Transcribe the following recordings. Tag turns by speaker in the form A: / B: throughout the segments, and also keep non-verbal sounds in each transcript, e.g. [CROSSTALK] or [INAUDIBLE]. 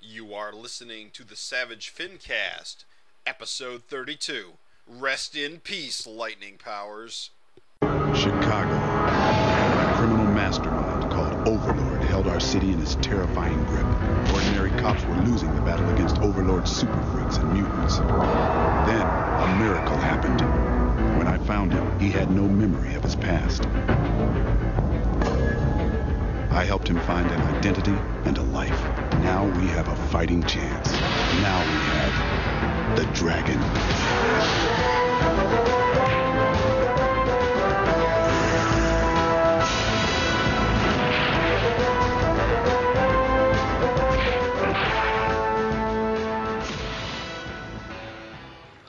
A: You are listening to the Savage Fincast, episode 32. Rest in peace, Lightning Powers.
B: Chicago. A criminal mastermind called Overlord held our city in his terrifying grip. Ordinary cops were losing the battle against Overlord's super freaks and mutants. Then, a miracle happened. When I found him, he had no memory of his past. I helped him find an identity and a life. Now we have a fighting chance. Now we have the dragon.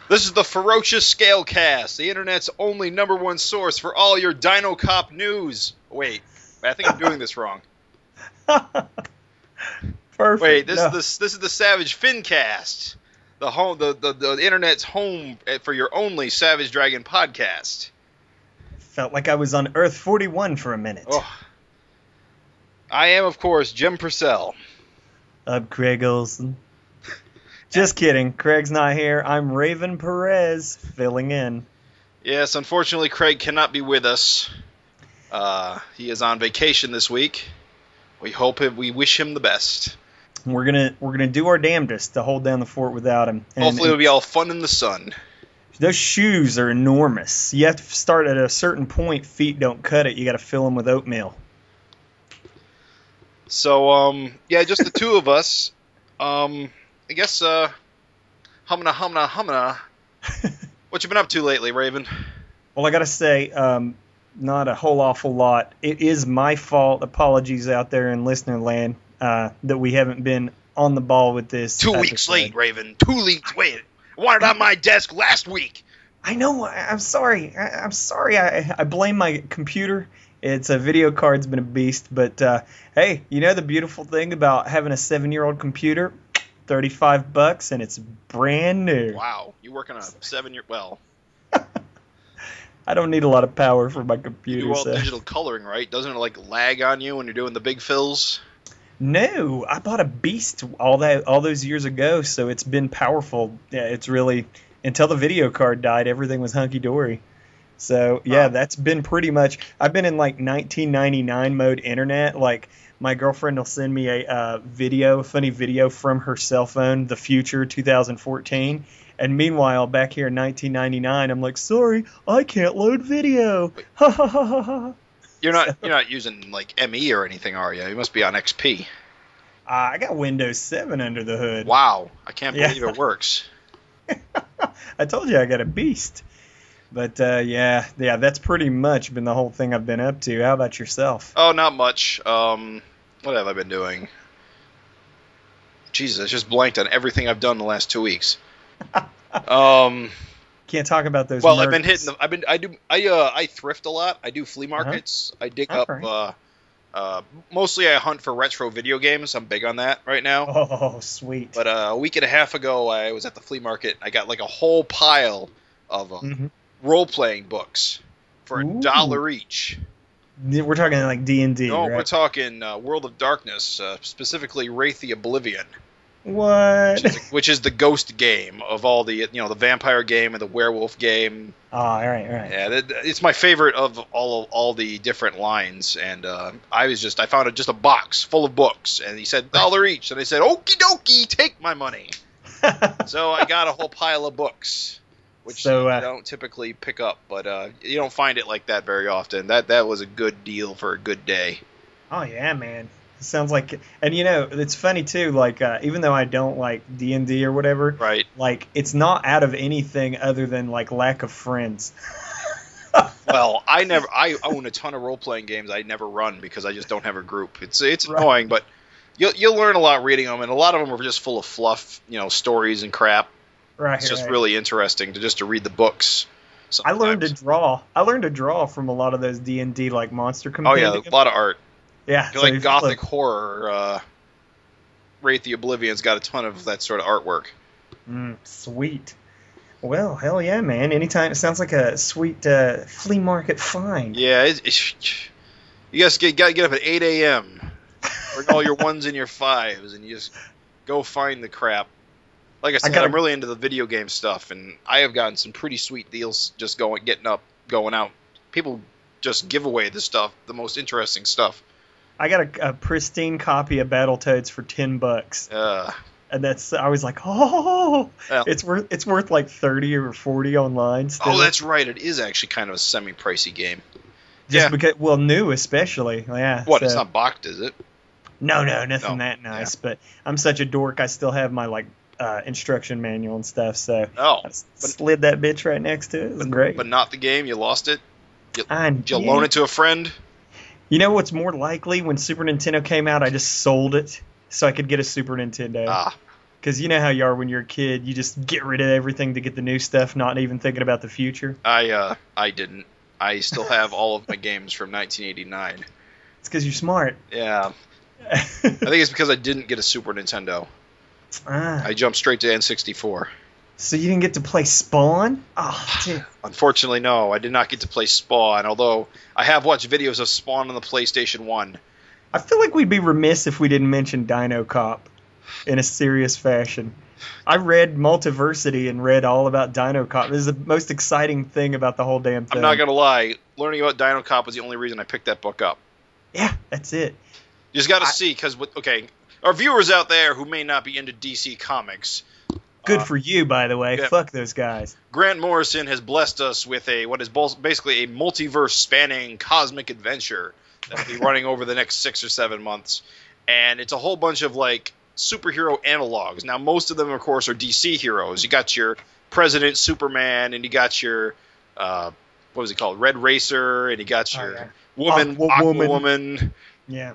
A: This is the Ferocious Scalecast, the internet's only number one source for all your Dino Cop news. Wait, I think I'm doing this wrong.
C: [LAUGHS] Perfect.
A: Wait, this
C: [LAUGHS] No.
A: is the this is the Savage Fincast, the home the, the the internet's home eh, for your only Savage Dragon podcast.
C: felt like I was on Earth 41 for a minute.
A: Oh. I am, of course, Jim Purcell.
C: I'm
A: [LAUGHS]
C: Craig Olson. Just kidding. Craig's not here. I'm Raven Perez filling in.
A: Yes, unfortunately, Craig cannot be with us. Uh, he is on vacation this week. We hope him, we wish him the best.
C: We're gonna we're gonna do our damnedest to hold down the fort without him. And-
A: Hopefully, it'll be all fun in the sun.
C: those shoes are enormous. You have to start at a certain point. Feet don't cut it. You got to fill them with oatmeal.
A: So, um, yeah, just the two of us. Um, I guess, uh, humna, humna, humna. What you been up to lately, Raven?
C: Well, I gotta say, um, not a whole awful lot. It is my fault. Apologies out there in listener land uh, that we haven't been on the ball with this.
A: Two weeks
C: episode.
A: late, Raven. Two weeks late. Wanted on my desk last week.
C: I know. I- I'm sorry. I, I'm sorry. I, I blame my computer. It's a video card's been a beast, but uh, hey, you know the beautiful thing about having a seven-year-old computer, thirty-five bucks, and it's brand new.
A: Wow, you working on a seven-year? Well,
C: I don't need a lot of power for my
A: you
C: computer.
A: do all
C: so-
A: digital coloring, right? Doesn't it like lag on you when you're doing the big fills?
C: No, I bought a beast all that all those years ago, so it's been powerful. Yeah, it's really until the video card died, everything was hunky dory. So yeah,
A: Huh.
C: that's been pretty much. I've been in like 1999 mode internet. Like my girlfriend will send me a uh, video, a funny video from her cell phone, the future 2014. And meanwhile, back here in 1999, I'm like, sorry, I can't load video. [LAUGHS] Ha ha ha ha ha.
A: You're not you're not using like ME or anything, are you? You must be on XP.
C: Ah, I got Windows 7 under the hood.
A: Wow, I can't
C: Yeah.
A: believe it works.
C: I told you I got a beast. But uh, yeah, yeah, that's pretty much been the whole thing I've been up to. How about yourself?
A: Oh, not much. Um, what have I been doing? Jesus, I just blanked on everything I've done in the last two
C: [LAUGHS]
A: weeks. Um,
C: Can't talk about those.
A: well, I've been
C: murders.
A: hitting. The, I've been. I do. I uh. I thrift a lot. I do flea markets. I dig
C: Uh-huh.
A: up.
C: All right.
A: Uh, uh, mostly I hunt for retro video games. I'm big on that right now.
C: Oh, sweet.
A: But uh, a week and a half ago, I was at the flea market. I got like a whole pile of uh,
C: Mhm.
A: role playing books for a
C: Ooh.
A: dollar each.
C: We're talking like D and D,
A: No, we're
C: right?
A: talking uh, World of Darkness, uh, specifically Wraith the Oblivion, which is,
C: [LAUGHS] what?
A: which is the ghost game of all the you know the vampire game and the werewolf game.
C: Oh, all right, all right.
A: Yeah, that, it's my favorite of all all the different lines. And uh, I was just I found a, just a box full of books, and he said dollar each, and I said okie dokie, take my money. so I got a whole pile of books, which
C: So, uh,
A: I don't typically pick up, but uh, you don't find it like that very often. That that was a good deal for a good day.
C: [LAUGHS] Oh yeah, man. It sounds like, and you know, it's funny too. Like, uh, even though I don't like D and D or whatever,
A: Right.
C: like it's not out of anything other than like lack of friends. [LAUGHS]
A: Well, I never. I own a ton of role playing games. I never run because I just don't have a group. It's it's
C: Right.
A: annoying, but you'll you'll learn a lot reading them, and a lot of them are just full of fluff, you know, stories and crap.
C: Right.
A: It's just
C: right.
A: really interesting to just to read the books.
C: I learned to
A: sometimes.
C: draw. I learned to draw from a lot of those D and D like monster
A: Oh yeah,
C: compendium.
A: a lot of art.
C: yeah,
A: If you
C: so
A: like
C: if you
A: gothic
C: look-
A: horror. Uh, Wraith the Oblivion's got a ton of that sort of artwork.
C: Mm, sweet. Well, hell yeah, man. Anytime it sounds like a sweet uh, flea market find.
A: Yeah, it, it,
C: [LAUGHS]
A: you guys get, gotta get up at 8 a.m. Bring all your ones and your fives, and you just Go find the crap. Like I said,
C: gotta-
A: I'm really into the video game stuff, and I have gotten some pretty sweet deals just going, getting up, going out. People just give away the stuff, the most interesting stuff.
C: I got a, a pristine copy of Battletoads for ten bucks,
A: Uh,
C: and that's I was like, oh,
A: Yeah.
C: it's worth it's worth like thirty or forty online. Still.
A: oh, that's right. It is actually kind of a semi-pricey game.
C: just
A: yeah.
C: because well, new especially, yeah.
A: What?
C: so-
A: It's not boxed, is it?
C: No, no, nothing
A: No,
C: that nice. But I'm such a dork. I still have my like uh, instruction manual and stuff. So
A: Oh,
C: I s- slid that bitch right next to it. It was great.
A: but not the game. You lost it.
C: I,
A: Did you loan it to a friend?
C: You know what's more likely? When Super Nintendo came out, I just sold it so I could get a Super Nintendo.
A: Ah,
C: Because you know how you are when you're a kid. You just get rid of everything to get the new stuff, not even thinking about the future.
A: I uh, I didn't. I still have all of my [LAUGHS] games from 1989.
C: It's because you're smart.
A: Yeah, I think it's because I didn't get a Super Nintendo.
C: [LAUGHS] ah,
A: I jumped straight to N64.
C: so you didn't get to play Spawn? Oh, dude.
A: Unfortunately, no, I did not get to play Spawn. Although I have watched videos of Spawn on the PlayStation One.
C: I feel like we'd be remiss if we didn't mention Dino Cop in a serious fashion. I read Multiversity and read all about Dino Cop. This is the most exciting thing about the whole damn thing.
A: I'm not gonna lie, learning about Dino Cop was the only reason I picked that book up.
C: Yeah, that's it.
A: You just got to
C: I-
A: 'cause see, because okay, our viewers out there who may not be into DC comics,
C: Good
A: Uh,
C: for you, by the way.
A: yeah.
C: Fuck those guys.
A: Grant Morrison has blessed us with a what is bos- basically a multiverse-spanning cosmic adventure that'll
C: [LAUGHS]
A: be running over the next six or seven months, and it's a whole bunch of like superhero analogs. Now, most of them, of course, are DC heroes. You got your President Superman, and you got your uh, what was he called, Red Racer, and you got
C: Oh,
A: your
C: yeah.
A: woman,
C: Aquawoman.
A: Aquawoman.
C: Yeah.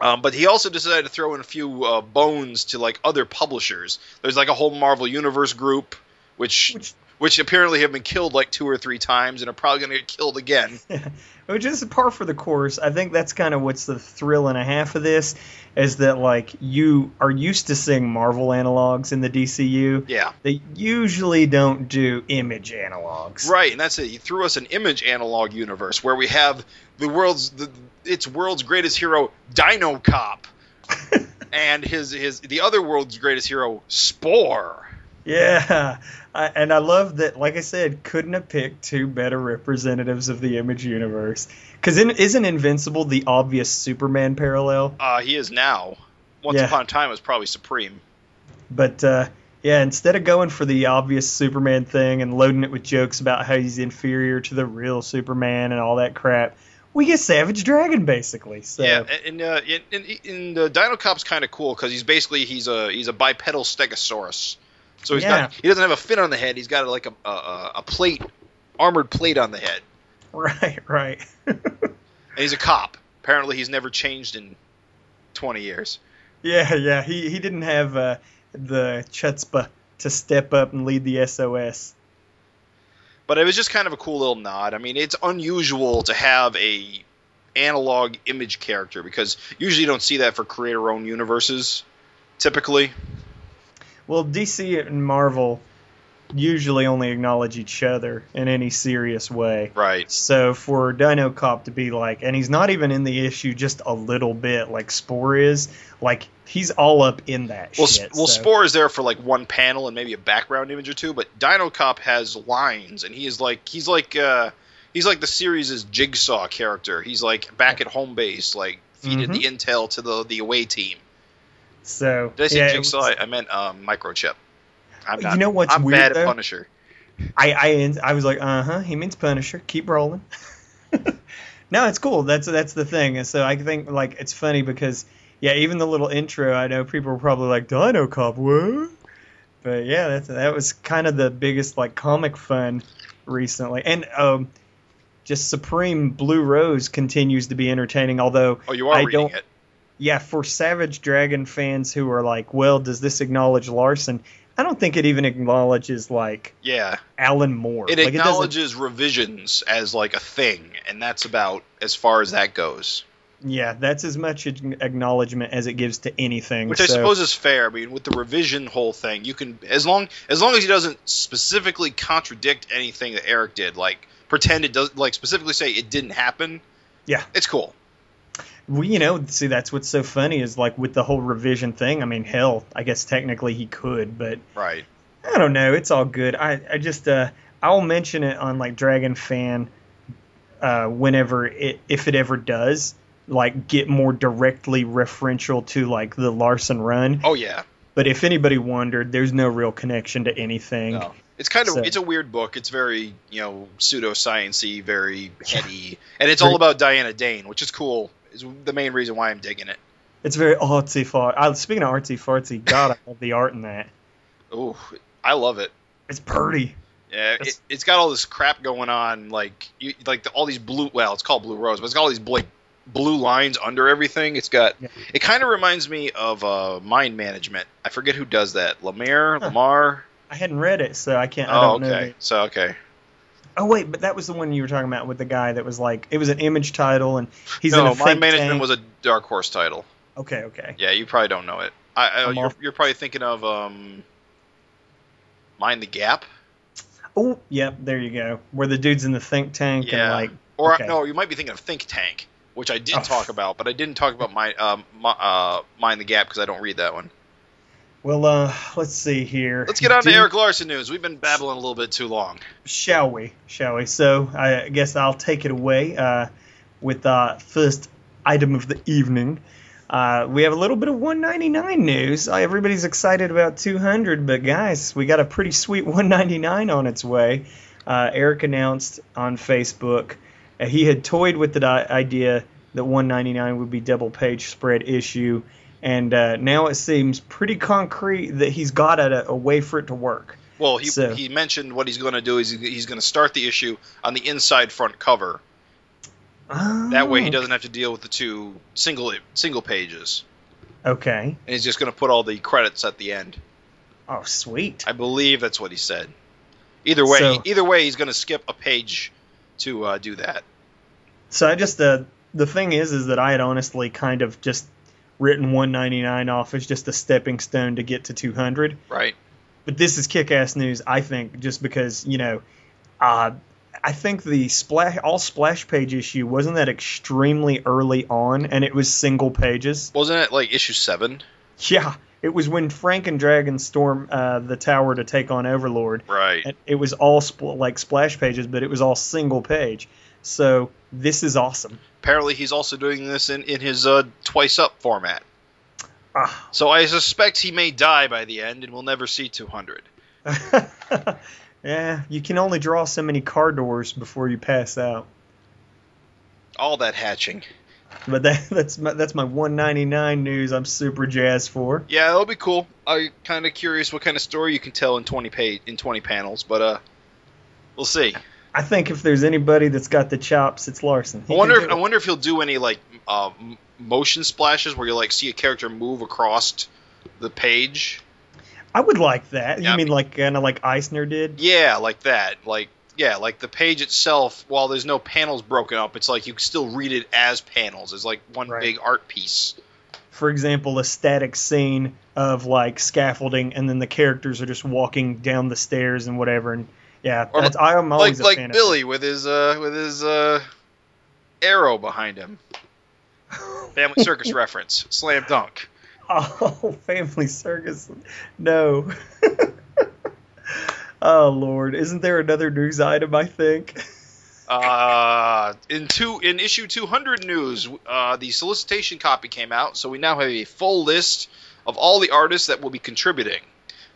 A: Um, but he also decided to throw in a few uh, bones to like other publishers. There's like a whole Marvel Universe group, which
C: Which-
A: which, apparently have been killed like two or three times and are probably going to get killed again.
C: Which is par for the course. I think that's kind of what's the thrill and a half of this is that, like, you are used to seeing Marvel analogs in the DCU.
A: yeah,
C: They usually don't do image analogs.
A: right. And that's it. He threw us an image analog universe where we have the world's the, its world's greatest hero Dino Cop,
C: [LAUGHS]
A: and his his the other world's greatest hero Spore.
C: Yeah, I, and I love that. Like I said, couldn't have picked two better representatives of the Image universe. Because in, isn't Invincible the obvious Superman parallel?
A: Uh, he is now. Once
C: Yeah.
A: upon a time, was probably supreme.
C: But uh, yeah, instead of going for the obvious Superman thing and loading it with jokes about how he's inferior to the real Superman and all that crap, we get Savage Dragon basically. So
A: Yeah, and and, uh, and, and, and uh, Dino Cop's kind of cool because he's basically he's a he's a bipedal stegosaurus, so he's
C: Yeah.
A: not he doesn't have a fin on the head. He's got like a a, a plate, armored plate on the head,
C: [LAUGHS] right, right. [LAUGHS]
A: and he's a cop. Apparently, he's never changed in twenty years.
C: Yeah, yeah. He he didn't have uh, the chutzpah to step up and lead the SOS.
A: But it was just kind of a cool little nod. I mean, it's unusual to have a analog image character because usually you don't see that for creator-owned universes. Typically,
C: Well, DC and Marvel usually only acknowledge each other in any serious way.
A: right?
C: So for Dino Cop to be like, and he's not even in the issue just a little bit, like Spore is, like he's all up in that
A: Well,
C: shit.
A: well
C: so-
A: Spore is there for like one panel and maybe a background image or two, but Dino Cop has lines, and he is like he's like uh, he's like the series' jigsaw character. He's like back at home base, like
C: Mm-hmm.
A: feeding the intel to the the away team.
C: So
A: Did I say
C: yeah, it
A: jigsaw?
C: was-
A: I- I meant um, microchip. I'm
C: You
A: not,
C: know what's
A: I'm
C: weird,
A: bad
C: though?
A: at Punisher.
C: I, I I was like, uh huh. He means Punisher. Keep rolling. [LAUGHS] no, it's cool. That's that's the thing. And so I think like it's funny because yeah, even the little intro. I know people were probably like Dino Cop, what? But yeah, that's, that was kind of the biggest like comic fun recently. And um, just Supreme Blue Rose continues to be entertaining. Although
A: Oh, you are
C: I
A: reading
C: don't-
A: it.
C: yeah, for Savage Dragon fans who are like, well, does this acknowledge Larson? I don't think it even acknowledges like
A: Yeah,
C: Alan Moore.
A: it
C: like, doesn't-
A: acknowledges revisions as like a thing, and that's about as far as that goes.
C: Yeah, that's as much ag- acknowledgement as it gives to anything.
A: Which I
C: so-
A: suppose is fair. I mean, with the revision whole thing, you can as long as long as he doesn't specifically contradict anything that Eric did, like pretend it does, like specifically say it didn't happen.
C: Yeah.
A: it's cool.
C: well, you know, see, that's what's so funny is like with the whole revision thing. I mean, hell, I guess technically he could, but
A: Right.
C: I don't know. It's all good. I, I just uh, I'll mention it on like Dragon Fan uh, whenever it if it ever does like get more directly referential to like the Larson run.
A: Oh yeah.
C: But if anybody wondered, there's no real connection to anything.
A: No. It's kind of
C: So-
A: it's a weird book. It's very you know pseudosciency, very heady, and it's
C: Very-
A: all about Diana Dane, which is cool. Is the main reason why I'm digging it.
C: It's very artsy fartsy. I, speaking of artsy fartsy, God, I love the art in that.
A: Ooh, I love it.
C: It's pretty.
A: Yeah, it,
C: That's-
A: it's got all this crap going on, like you, like the, all these blue. Well, it's called Blue Rose, but it's got all these like blue lines under everything. It's got.
C: Yeah.
A: It kind of reminds me of uh, Mind Management. I forget who does that. Lemire, Lamar.
C: I hadn't read it, so [LAUGHS] I can't. I
A: Oh,
C: don't know.
A: okay.
C: the-
A: So okay.
C: Oh wait, but that was the one you were talking about with the guy that was like it was an image title, and he's in
A: no,
C: a
A: Mind
C: think
A: Management
C: tank.
A: was a Dark Horse title.
C: okay, okay.
A: Yeah, you probably don't know it. I, I
C: I'm
A: you're,
C: off.
A: you're probably thinking of um, Mind the Gap.
C: Oh, yep, there you go. Where the dude's in the think tank and
A: Yeah.
C: like
A: Or
C: Okay.
A: no, you might be thinking of Think Tank, which I did
C: Oh.
A: talk about, but I didn't talk about my, um, my uh, Mind the Gap because I don't read that one.
C: well, uh, let's see here.
A: Let's get on
C: Do-
A: to Eric Larson news. We've been babbling a little bit too long.
C: Shall we? Shall we? So I guess I'll take it away uh, with uh, first item of the evening. Uh, we have a little bit of 199 news. Uh, everybody's excited about 200, but guys, we got a pretty sweet 199 on its way. Uh, Eric announced on Facebook uh, he had toyed with the di- idea that 199 would be double page spread issue, and uh, now it seems pretty concrete that he's got a, a way for it to work.
A: Well, he
C: So-
A: he mentioned what he's going to do is he- he's going to start the issue on the inside front cover. That way, he
C: Oh.
A: doesn't have to deal with the two single single pages,
C: Okay.
A: and he's just going to put all the credits at the end.
C: Oh, sweet.
A: I believe that's what he said. Either way,
C: So-
A: either way, he's going to skip a page to uh, do that.
C: So I just uh, the thing is, is that I had honestly kind of just written 199 off as just a stepping stone to get to 200.
A: Right.
C: But this is kick-ass news, I think, just because you know, uh, I think the splash all splash page issue wasn't that extremely early on, and it was single pages. [LAUGHS]
A: Wasn't it like issue seven?
C: Yeah, it was when Frank and Dragon storm uh, the tower to take on Overlord.
A: Right.
C: And it was all spl- like splash pages, but it was all single page. So this is awesome.
A: Apparently, he's also doing this in in his uh, twice up format.
C: Ah.
A: So I suspect he may die by the end, and we'll never see two hundred.
C: [LAUGHS] yeah, you can only draw so many car doors before you pass out.
A: All that hatching.
C: But that, [LAUGHS] that's my, that's my 199 news. I'm super jazzed for.
A: Yeah, that'll be cool. I'm kind of curious what kind of story you can tell in 20 page in 20 panels, but uh, we'll
C: [LAUGHS]
A: see.
C: I think if there's anybody that's got the chops, it's Larson.
A: I
C: He can
A: wonder.
C: do
A: If,
C: it.
A: I wonder if he'll do any like uh, m- motion splashes where you like see a character move across the page.
C: I would like that.
A: Yeah.
C: You mean like kind of like Eisner did?
A: Yeah, like that. Like yeah, like the page itself. While there's no panels broken up, it's like you can still read it as panels. It's like one
C: Right.
A: big art piece.
C: For example, a static scene of like scaffolding, and then the characters are just walking down the stairs and whatever. And yeah,
A: Or
C: that's, I'm always
A: Like
C: a fan
A: like
C: of
A: Billy with his uh with his uh arrow behind him. Family
C: [LAUGHS]
A: circus reference. Slam dunk.
C: Oh, Family Circus. No. [LAUGHS] oh, Lord. Isn't there another news item, I think?
A: Uh, in two in issue 200 news, uh, the solicitation copy came out, so we now have a full list of all the artists that will be contributing.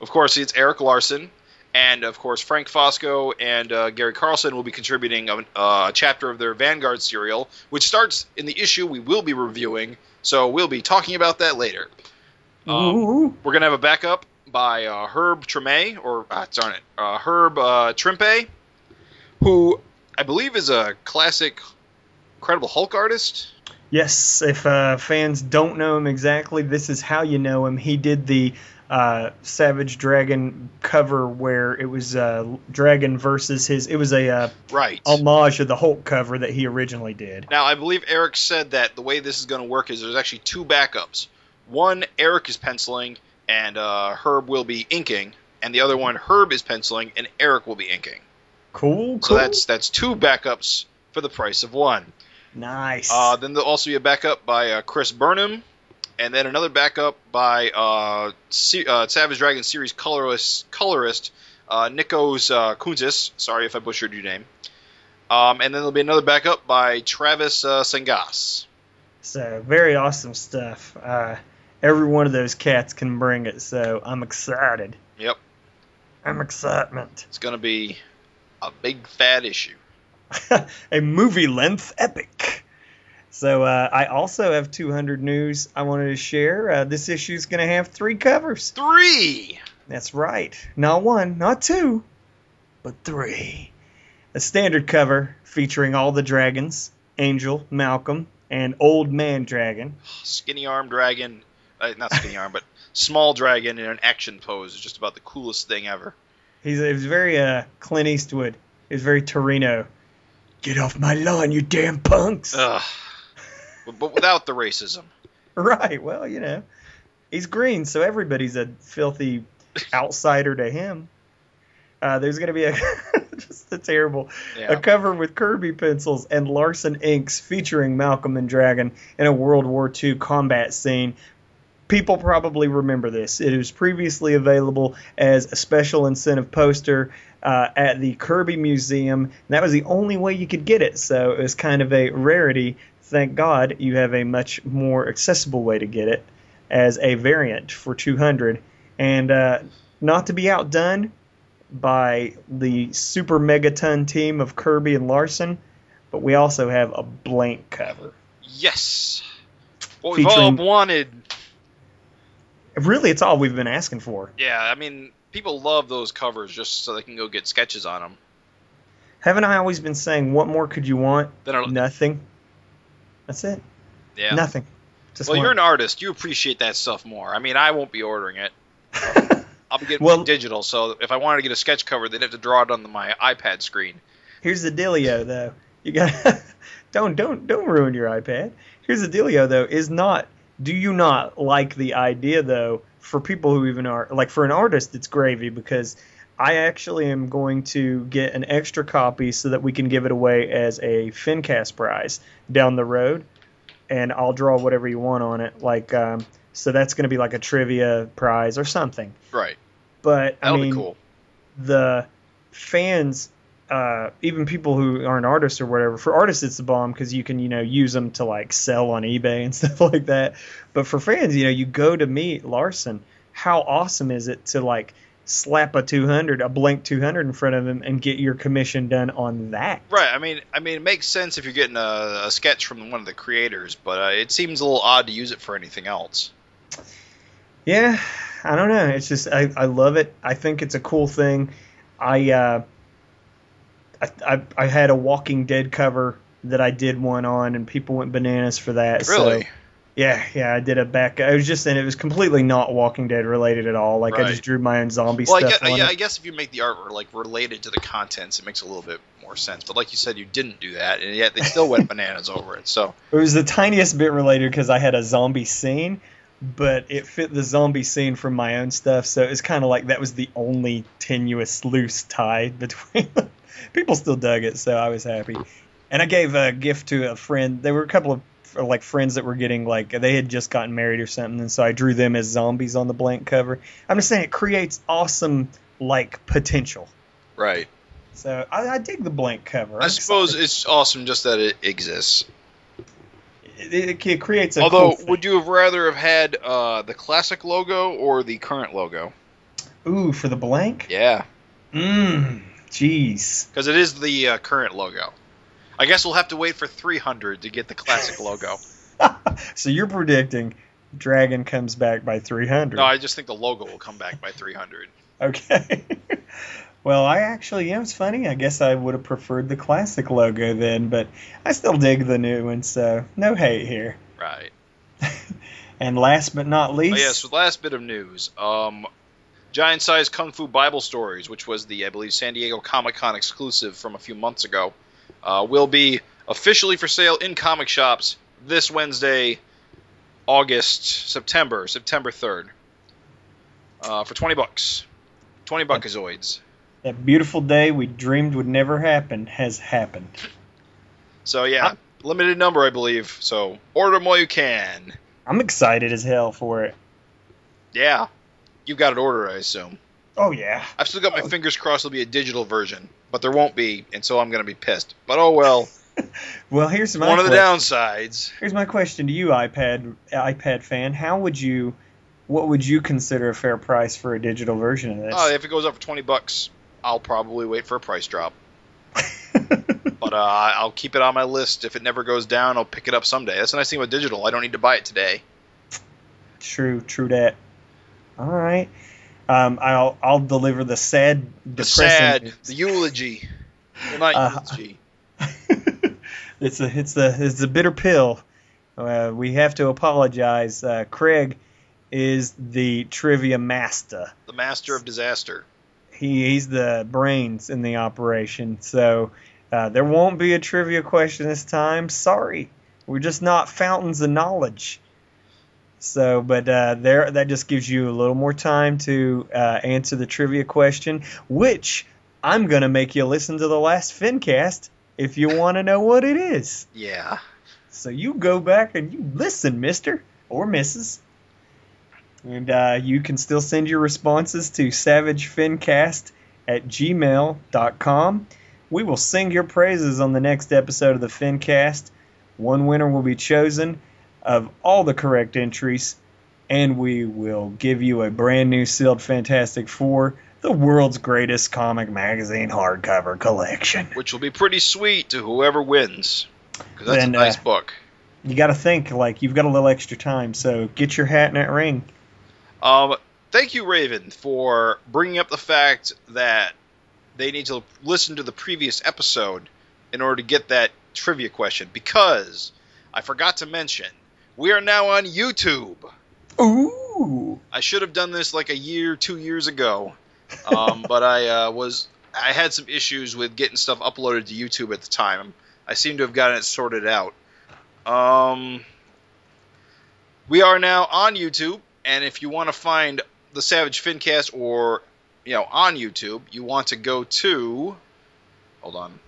A: Of course, it's Eric Larson, and of course Frank Fosco and uh, Gary Carlson will be contributing a, a chapter of their Vanguard serial, which starts in the issue we will be reviewing. So we'll be talking about that later. Um,
C: Ooh.
A: We're gonna have a backup by uh, Herb Treme or ah, darn it, uh, Herb uh, Trimpe, who I believe is a classic Incredible Hulk artist.
C: Yes, if uh, fans don't know him exactly, this is how you know him. He did the uh, Savage Dragon cover where it was uh, Dragon versus his. It was a uh,
A: Right.
C: homage of the Hulk cover that he originally did.
A: now I believe Eric said that the way this is gonna work is there's actually two backups. One Eric is penciling and uh, Herb will be inking, and the other one Herb is penciling and Eric will be inking.
C: Cool, cool.
A: So that's that's two backups for the price of one.
C: Nice.
A: Uh, then there'll also be a backup by uh, Chris Burnham, and then another backup by uh, Se- uh, Savage Dragon series colorist colorist uh, Nikos uh, Kountzis. Sorry if I butchered your name. Um, and then there'll be another backup by Travis uh, Sangas.
C: so very awesome stuff. Uh, every one of those cats can bring it. So I'm excited.
A: Yep,
C: I'm excitement. [LAUGHS]
A: it's going to be a big fat issue.
C: a movie length epic. So uh, I also have 200 news I wanted to share. Uh, this issue's going to have three covers.
A: Three.
C: That's right, not one, not two, but three. A standard cover featuring all the dragons: Angel, Malcolm, and Old Man Dragon.
A: skinny arm dragon, uh, not skinny arm, but small dragon in an action pose is just about the coolest thing ever.
C: He's it was very uh, Clint Eastwood. It was very Torino. Get off my lawn, you damn punks!
A: Ugh. But- but without the racism.
C: [LAUGHS] Right. Well, you know, he's green, so everybody's a filthy outsider to him. Uh, there's going to be a [LAUGHS] just a terrible a
A: Yeah.
C: cover with Kirby pencils and Larson inks featuring Malcolm and Dragon in a World War II combat scene. People probably remember this. It was previously available as a special incentive poster uh, at the Kirby Museum. And that was the only way you could get it, so it was kind of a rarity. Thank God you have a much more accessible way to get it as a variant for 200. And uh, not to be outdone, by the super megaton team of Kirby and Larson, but we also have a blank cover.
A: Yes. What we've all
C: Featuring-
A: wanted.
C: Really, it's all we've been asking for.
A: Yeah, I mean, people love those covers just so they can go get sketches on them.
C: Haven't I always been saying, what more could you want?
A: Then I'll,
C: Nothing. That's it.
A: yeah.
C: Nothing. Just
A: well,
C: one.
A: you're an artist. You appreciate that stuff more. I mean, I won't be ordering it.
C: [LAUGHS]
A: I'll be getting
C: Well-
A: digital, so if I wanted to get a sketch cover, they'd have to draw it on my iPad screen.
C: Here's the dealio, though. You got [LAUGHS] don't don't don't ruin your iPad. Here's the dealio, though. Is not do you not like the idea though? For people who even are like for an artist, it's gravy because I actually am going to get an extra copy so that we can give it away as a FinCast prize down the road, and I'll draw whatever you want on it. Like um, so, that's going to be like a trivia prize or something.
A: Right.
C: But I
A: That'll
C: mean,
A: be cool.
C: the fans, uh, even people who aren't artists or whatever. For artists, it's the bomb because you can you know use them to like sell on eBay and [LAUGHS] stuff like that. But for fans, you know, you go to meet Larson. How awesome is it to like slap a 200, a blank 200 in front of him and get your commission done on that?
A: Right. I mean, I mean, it makes sense if you're getting a, a sketch from one of the creators, but uh, it seems a little odd to use it for anything else.
C: Yeah, I don't know. It's just I, I love it. I think it's a cool thing. I, uh, I I I had a Walking Dead cover that I did one on, and people went bananas for that. so-
A: Really?
C: yeah, yeah. I did a back. I was just and it was completely not Walking Dead related at all. Like I
A: Right.
C: just drew my own zombie
A: well, I
C: stuff.
A: guess,
C: on
A: yeah,
C: it.
A: I guess if you make the art like related to the contents, it makes a little bit more sense. But like you said, you didn't do that, and yet they still went
C: [LAUGHS]
A: bananas over it. So
C: It was the tiniest bit related because I had a zombie scene, but it fit the zombie scene from my own stuff. So it's kind of like that was the only tenuous loose tie [LAUGHS] between. them. People still dug it, so I was happy. And I gave a gift to a friend. There were a couple of uh, like friends that were getting like they had just gotten married or something, and so I drew them as zombies on the blank cover. I'm just saying it creates awesome like potential.
A: right.
C: So I, I dig the blank cover.
A: I
C: I'm
A: suppose
C: excited.
A: it's awesome just that it exists.
C: it, it, it creates a.
A: Although,
C: cool thing.
A: would you have rather have had uh, the classic logo or the current logo?
C: ooh for the blank?
A: Yeah,
C: Mmm. Jeez.
A: because it is the uh, current logo. I guess we'll have to wait for 300 to get the classic logo.
C: [LAUGHS] so you're predicting Dragon comes back by 300.
A: No, I just think the logo will come back by 300.
C: okay. [LAUGHS] well, I actually, you know, it's funny. I guess I would have preferred the classic logo then, but I still dig the new one, so no hate here. [LAUGHS]
A: Right.
C: And last but not
A: Oh,
C: least,
A: yeah, so the last bit of news. Um, Giant Size Kung Fu Bible Stories, which was the, I believe, San Diego Comic Con exclusive from a few months ago, uh, will be officially for sale in comic shops this Wednesday, August, September, September 3rd, uh, for 20 bucks. 20 buckazoids.
C: that beautiful day we dreamed would never happen has happened.
A: So, yeah, limited number, I believe. So order them while you can.
C: I'm excited as hell for it.
A: Yeah, you've got it ordered, I assume.
C: Oh yeah.
A: I've still got my fingers crossed there'll be a digital version, but there won't be, and so I'm gonna be pissed. But oh well.
C: Well, here's [LAUGHS] my
A: One of the
C: question.
A: downsides.
C: Here's my question to you, iPad iPad fan. How would you, what would you consider a fair price for a digital version of this?
A: Uh, if it goes up for twenty bucks, I'll probably wait for a price drop. but uh, I'll keep it on my list. If it never goes down, I'll pick it up someday. That's the nice thing with digital. I don't need to buy it today.
C: [LAUGHS] true, true that. All right. Um, I'll I'll deliver the sad,
A: The
C: depressing.
A: sad, the eulogy. Well, not
C: Uh,
A: eulogy.
C: [LAUGHS] it's a it's a it's a bitter pill. Uh, we have to apologize. Uh, Craig is the trivia master.
A: The master of disaster.
C: He, he's the brains in the operation. So uh, there won't be a trivia question this time. Sorry, we're just not fountains of knowledge. So, but uh, there that just gives you a little more time to uh, answer the trivia question, which I'm gonna make you listen to the last FinCast if you want to know what it is.
A: Yeah.
C: So you go back and you listen, mister or missus. And uh, you can still send your responses to savagefincast at gmail.com. We will sing your praises on the next episode of the Fincast. One winner will be chosen of all the correct entries, and we will give you a brand new sealed Fantastic Four, the world's greatest comic magazine hardcover collection.
A: Which will be pretty sweet to whoever wins. Because that's
C: Then,
A: a nice
C: uh,
A: book.
C: You got to think, like, you've got a little extra time, so get your hat and that ring.
A: Um, thank you, Raven, for bringing up the fact that they need to listen to the previous episode in order to get that trivia question. Because I forgot to mention, we are now on YouTube.
C: [LAUGHS] Ooh.
A: I should have done this like a year, two years ago, um, but I uh, was I had some issues with getting stuff uploaded to YouTube at the time. I seem to have gotten it sorted out. Um, we are now on YouTube, and if you want to find the Savage Fincast or you know on YouTube, you want to go to. Hold on,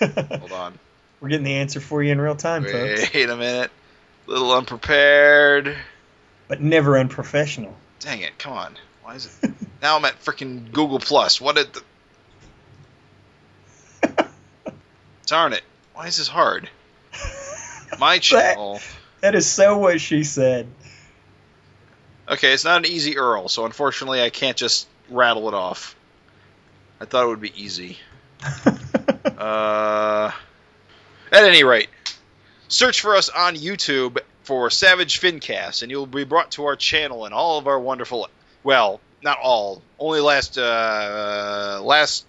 A: hold on.
C: We're getting the answer for you in real time, folks.
A: Wait a minute. Little unprepared.
C: But never unprofessional.
A: Dang it! Come on. Why is it? now I'm at freaking Google Plus. What did? The... Darn it! Why is this hard? [LAUGHS] My channel.
C: That is so what she said.
A: Okay, it's not an easy Earl, so unfortunately I can't just rattle it off. I thought it would be easy. [LAUGHS] Uh, at any rate, search for us on YouTube for Savage Fincast, and you'll be brought to our channel and all of our wonderful. Well, not all. Only last uh, last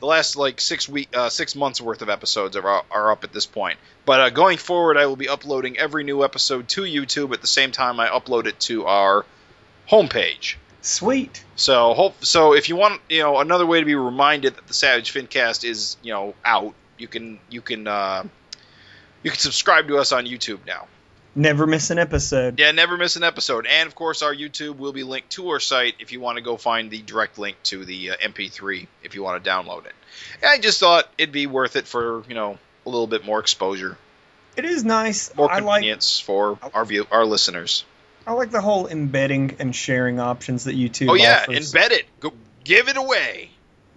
A: the last like six week uh, six months worth of episodes are are up at this point. But uh, going forward, I will be uploading every new episode to YouTube at the same time I upload it to our homepage.
C: Sweet.
A: So hope so if you want you know another way to be reminded that the Savage Fincast is you know out, you can you can uh, you can subscribe to us on YouTube now.
C: Never miss an episode.
A: Yeah, never miss an episode. And of course, our YouTube will be linked to our site if you want to go find the direct link to the uh, MP3 if you want to download it. And I just thought it'd be worth it for you know a little bit more exposure,
C: It is nice.
A: more
C: I like
A: convenience for our view our listeners.
C: I like the whole embedding and sharing options that YouTube
A: oh yeah,
C: offers.
A: embed it, go give it away,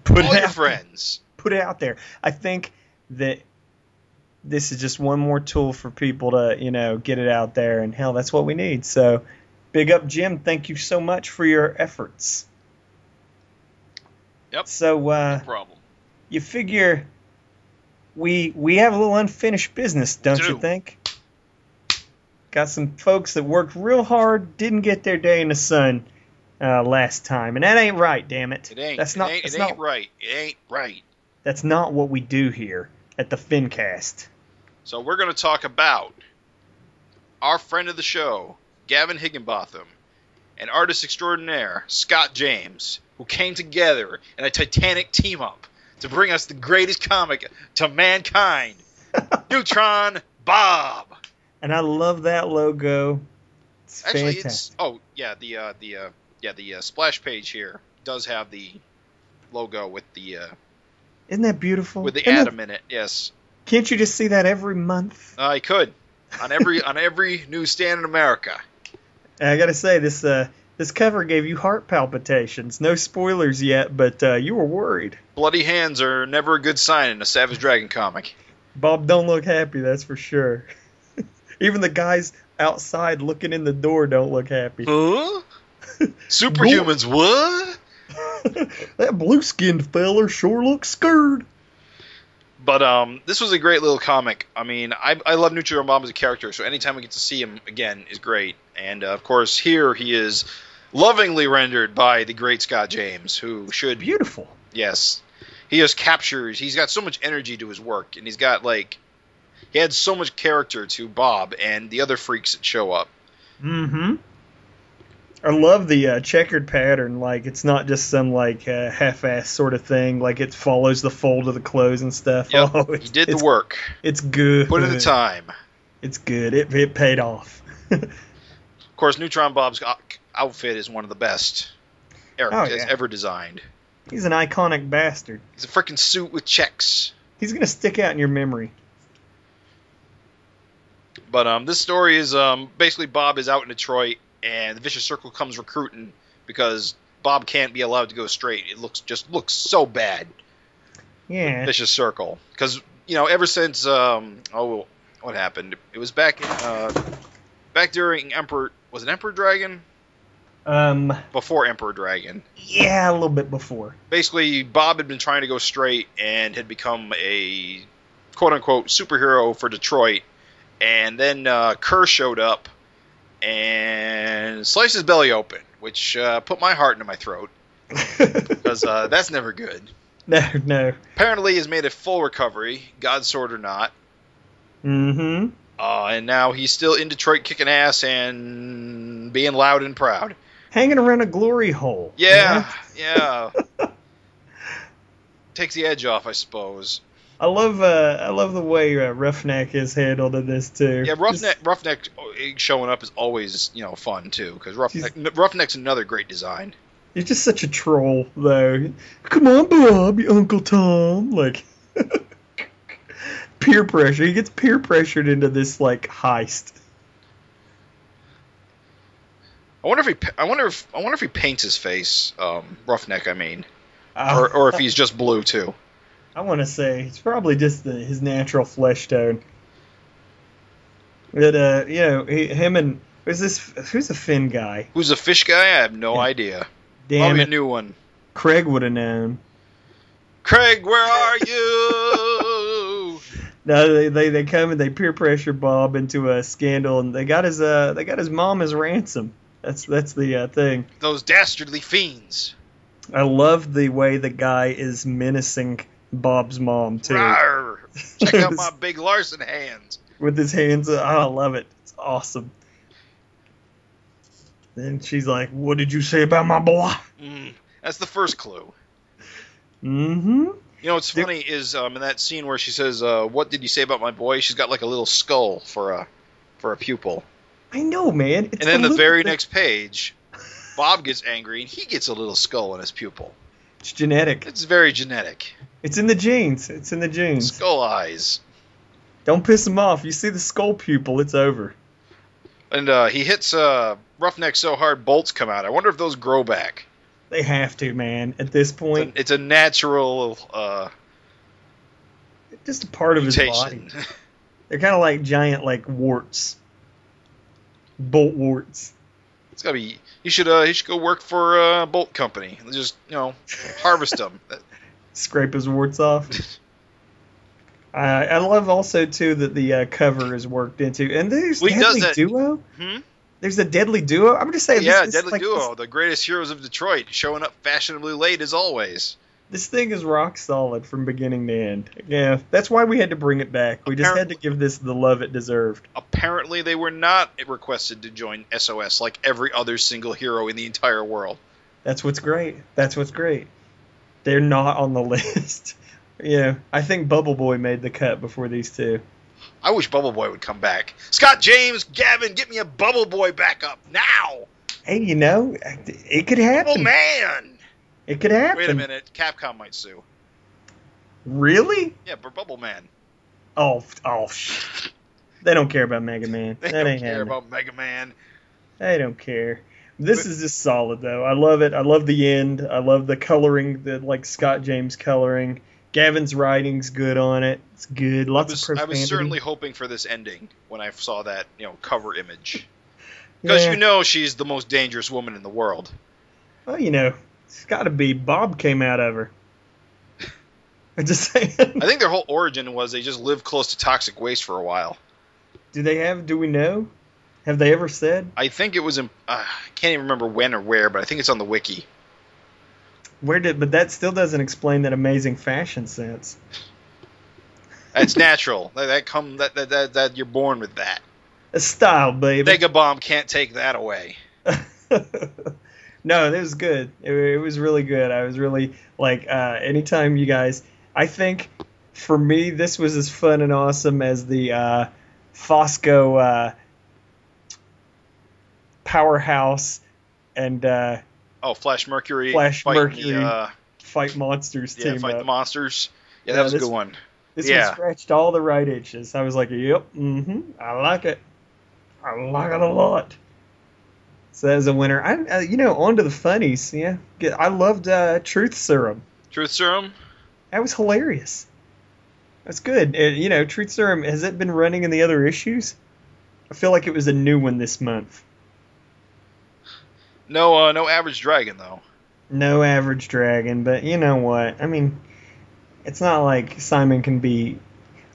C: put
A: all
C: it
A: your
C: out,
A: friends.
C: put it out there. I think that this is just one more tool for people to, you know, get it out there and hell, that's what we need. So, big up Jim, thank you so much for your efforts.
A: Yep.
C: So, uh
A: Problem.
C: you figure we we have a little unfinished business, don't
A: do.
C: you think? Got some folks that worked real hard, didn't get their day in the sun uh, last time, and that ain't right. Damn it!
A: It ain't.
C: That's
A: it
C: not.
A: Ain't,
C: that's
A: it
C: not
A: ain't right. It ain't right.
C: That's not what we do here at the FinCast.
A: So we're going to talk about our friend of the show, Gavin Higginbotham, and artist extraordinaire Scott James, who came together in a titanic team up to bring us the greatest comic to mankind, Neutron Bob.
C: And I love that logo. It's
A: Actually, it's
C: fantastic.
A: oh yeah, the uh, the uh, yeah the uh, splash page here does have the logo with the uh,
C: Isn't that beautiful?
A: with the
C: Isn't that-
A: atom in it. Yes.
C: Can't you just see that every month?
A: I could on every on every newsstand in America.
C: And [LAUGHS] I gotta say this uh, this cover gave you heart palpitations. No spoilers yet, but uh, you were worried.
A: Bloody hands are never a good sign in a Savage Dragon comic.
C: Bob don't look happy, that's for sure. [LAUGHS] Even the guys outside looking in the door don't look happy. [LAUGHS]
A: Huh? Superhumans, what?
C: that blue skinned feller sure looks scared.
A: But um, this was a great little comic. I mean, I, I love Nuclear Bomb as a character, so anytime we get to see him again is great. And uh, of course, here he is lovingly rendered by the great Scott James, who should
C: Beautiful.
A: yes, he just captures. He's got so much energy to his work, and he's got like he adds so much character to Bob and the other freaks that show up.
C: Mm-hmm. I love the uh, checkered pattern. Like it's not just some like uh, half-ass sort of thing. Like it follows the fold of the clothes and stuff.
A: Yep,
C: Oh,
A: he
C: it's,
A: did
C: it's,
A: the work,
C: It's good.
A: put in
C: [LAUGHS]
A: the time.
C: It's good. It it paid off. [LAUGHS]
A: Of course, Neutron Bob's o- outfit is one of the best Eric
C: Oh,
A: has
C: yeah.
A: ever designed.
C: He's an iconic bastard.
A: It's a freaking suit with checks.
C: He's gonna stick out in your memory.
A: But um, this story is um, basically Bob is out in Detroit, and the Vicious Circle comes recruiting because Bob can't be allowed to go straight. It looks just looks so bad.
C: Yeah.
A: Vicious Circle, because you know ever since um, oh what happened? It was back in, uh, back during Emperor was it Emperor Dragon
C: Um.
A: before Emperor Dragon.
C: Yeah, a little bit before. [LAUGHS]
A: Basically, Bob had been trying to go straight and had become a quote unquote superhero for Detroit. And then uh, Kerr showed up and sliced his belly open, which uh, put my heart into my throat because uh, that's never good.
C: no, no.
A: Apparently, he's made a full recovery, God's sword or not.
C: Mm-hmm.
A: Uh, and now he's still in Detroit kicking ass and being loud and proud.
C: Hanging around a glory hole.
A: Yeah,
C: Right?
A: yeah.
C: [LAUGHS]
A: Takes the edge off, I suppose.
C: I love uh, I love the way uh, Roughneck is handled in this too.
A: Yeah,
C: Just-
A: Roughneck, Roughneck uh, showing up is always you know fun too because Roughneck, Roughneck's another great design.
C: You're just such a troll, though. Come on, Bob, you Uncle Tom. Like, [LAUGHS] peer pressure. He gets peer pressured into this, like, heist.
A: I wonder if he, pa- I wonder if, I wonder if he paints his face, um, Roughneck. I mean,
C: Oh.
A: or, or if he's just blue too.
C: I want to say it's probably just the, his natural flesh tone. But, uh, you know, he, him and. Who's this? Who's the Finn guy?
A: Who's a fish guy? I have no idea.
C: Damn
A: Probably
C: it.
A: a new one.
C: Craig would have known.
A: Craig, where are you? [LAUGHS]
C: No, they, they, they come and they peer pressure Bob into a scandal, and they got his uh they got his mom as ransom. That's that's the uh, thing.
A: Those dastardly fiends.
C: I love the way the guy is menacing Bob's mom too, [LAUGHS]
A: Rawr. Check out my big Larson hands.
C: with his hands. up. I love it. It's awesome. Then she's like, "What did you say about my boy?"
A: Mm, that's the first clue.
C: Mm-hmm.
A: You know what's
C: Dude.
A: funny is um, in that scene where she says, uh, "What did you say about my boy?" She's got like a little skull for a for a pupil,
C: I know, man.
A: and
C: It's
A: then the
C: a little
A: very
C: bit-
A: next page, Bob gets angry and he gets a little skull in his pupil.
C: It's genetic.
A: It's very genetic.
C: It's in the genes. It's in the genes.
A: Skull eyes,
C: Don't piss him off. You see the skull pupil, it's over.
A: and uh, he hits uh, Roughneck so hard bolts come out. I wonder if those grow back.
C: They have to, man. At this
A: It's
C: point,
A: a, it's a natural uh,
C: just a part of his body.
A: mutation.
C: They're kind of like giant, like warts, bolt warts.
A: [LAUGHS] It's gotta be. You should. Uh, you should go work for uh, Bolt Company. Just you know, harvest them.
C: [LAUGHS] scrape his warts off. uh, I love also too that the uh, cover is worked into, and there's
A: Well, he does
C: deadly
A: that-
C: duo.
A: Hmm?
C: There's a deadly duo. I'm just saying, [LAUGHS] this-
A: yeah,
C: this,
A: Deadly
C: like,
A: Duo, the greatest heroes of Detroit, showing up fashionably late as always.
C: This, this thing is rock solid from beginning to end. Yeah, that's why we had to bring it back. We just had to give this the love it deserved.
A: Apparently, they were not requested to join SOS like every other single hero in the entire world.
C: That's what's great. That's what's great. They're not on the [LAUGHS] list. yeah, I think Bubble Boy made the cut before these two.
A: I wish Bubble Boy would come back. Scott James, Gavin, get me a Bubble Boy back up now!
C: Hey, you know, it could
A: Oh,
C: happen.
A: man!
C: It could happen.
A: Wait a minute, Capcom might sue.
C: Really?
A: Yeah, but Bubble Man. [LAUGHS]
C: Oh, oh, sh- they don't care about Mega Man.
A: [LAUGHS] They
C: that
A: don't
C: ain't
A: care
C: happening.
A: about Mega Man.
C: I don't care. This is just solid though. I love it. I love the end. I love the coloring, the like Scott James coloring. Gavin's writing's good on it. It's good.
A: I
C: Lots
A: was,
C: of
A: I
C: profanity.
A: was certainly hoping for this ending when I saw that you know cover image because
C: Yeah.
A: you know she's the most dangerous woman in the world.
C: Well, you know, it's got to be Bob came out of her. [LAUGHS] I'm just saying.
A: I think their whole origin was they just lived close to toxic waste for a while.
C: Do they have? Do we know? Have they ever said?
A: I think it was in, uh, I can't even remember when or where, but I think it's on the wiki.
C: Where did? But that still doesn't explain that amazing fashion sense. [LAUGHS]
A: That's natural. That, that come that, that that that you're born with that.
C: A style, baby.
A: Mega Bomb can't take that away.
C: [LAUGHS] no, it was good. It, it was really good. I was really like, uh, anytime you guys, I think for me, this was as fun and awesome as the uh, Fosco uh, powerhouse and uh,
A: Oh, Flash Mercury.
C: Flash
A: fighting
C: Mercury
A: The, uh,
C: fight monsters
A: yeah,
C: team
A: fight
C: up.
A: the monsters. Yeah,
C: Yeah,
A: that was a
C: this-
A: good one.
C: this
A: yeah.
C: one scratched all the right itches. I was like, yep, mm-hmm, I like it. I like it a lot. So that was a winner. I, uh, you know, on to the funnies. Yeah, Get- I loved uh, Truth Serum.
A: Truth Serum.
C: That was hilarious. That's good. Uh, you know, Truth Serum, has it been running in the other issues? I feel like it was a new one this month.
A: No, uh, no average dragon though.
C: No average dragon, but you know what? I mean, it's not like Simon can be.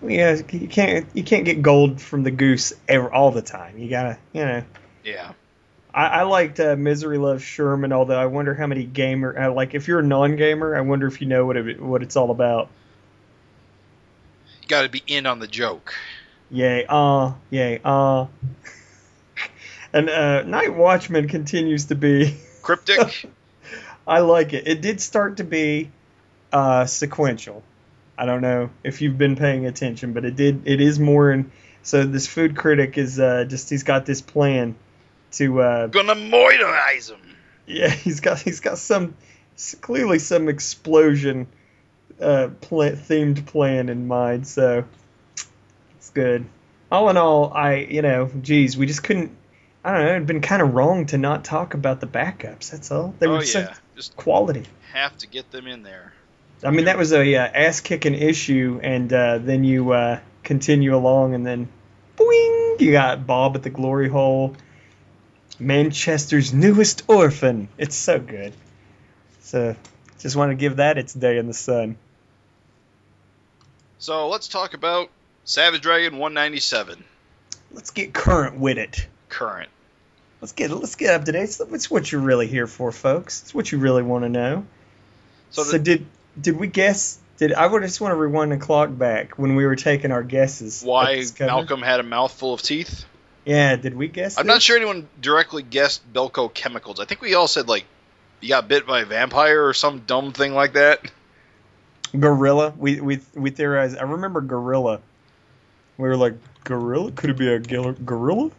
C: Yeah, you can't you can't get gold from the goose ever, all the time. You gotta, you know.
A: Yeah.
C: I, I liked uh, Misery Loves Sherman, although I wonder how many gamer uh, like if you're a non-gamer, I wonder if you know what it, what it's all about.
A: You got to be in on the joke.
C: Yay, ah, yay, ah. [LAUGHS] and uh, Night Watchman continues to be. [LAUGHS]
A: Cryptic.
C: I like it. It did start to be uh, sequential. I don't know if you've been paying attention, but it did. It is more in. So this food critic is uh, just he's got this plan to uh, [LAUGHS]
A: Gonna moiderize him.
C: yeah he's got he's got some s- clearly some explosion uh, pla themed plan in mind. So it's good. All in all, I you know, geez, we just couldn't. I don't know. It'd been kind of wrong to not talk about the backups. That's all. They
A: Oh
C: were so
A: yeah. Just
C: quality.
A: have to get them in there.
C: I mean, that was a uh, ass kicking issue, and uh, then you uh, continue along, and then boing, you got Bob at the glory hole, Manchester's newest orphan. It's so good. So, just want to give that its day in the sun.
A: So let's talk about Savage Dragon 197
C: Let's get current with it.
A: current.
C: Let's get let's get up to date. It's, it's what you're really here for, folks. It's what you really want to know.
A: So
C: So,
A: the-
C: did did we guess? Did I would just want to rewind the clock back when we were taking our guesses? at
A: Why
C: this cover.
A: Malcolm had a mouthful of teeth?
C: Yeah, did we guess?
A: I'm
C: this?
A: not sure anyone directly guessed Belco Chemicals. I think we all said like you got bit by a vampire or some dumb thing like that.
C: Gorilla. We we we theorized. I remember gorilla. We were like gorilla. Could it be a gil- gorilla?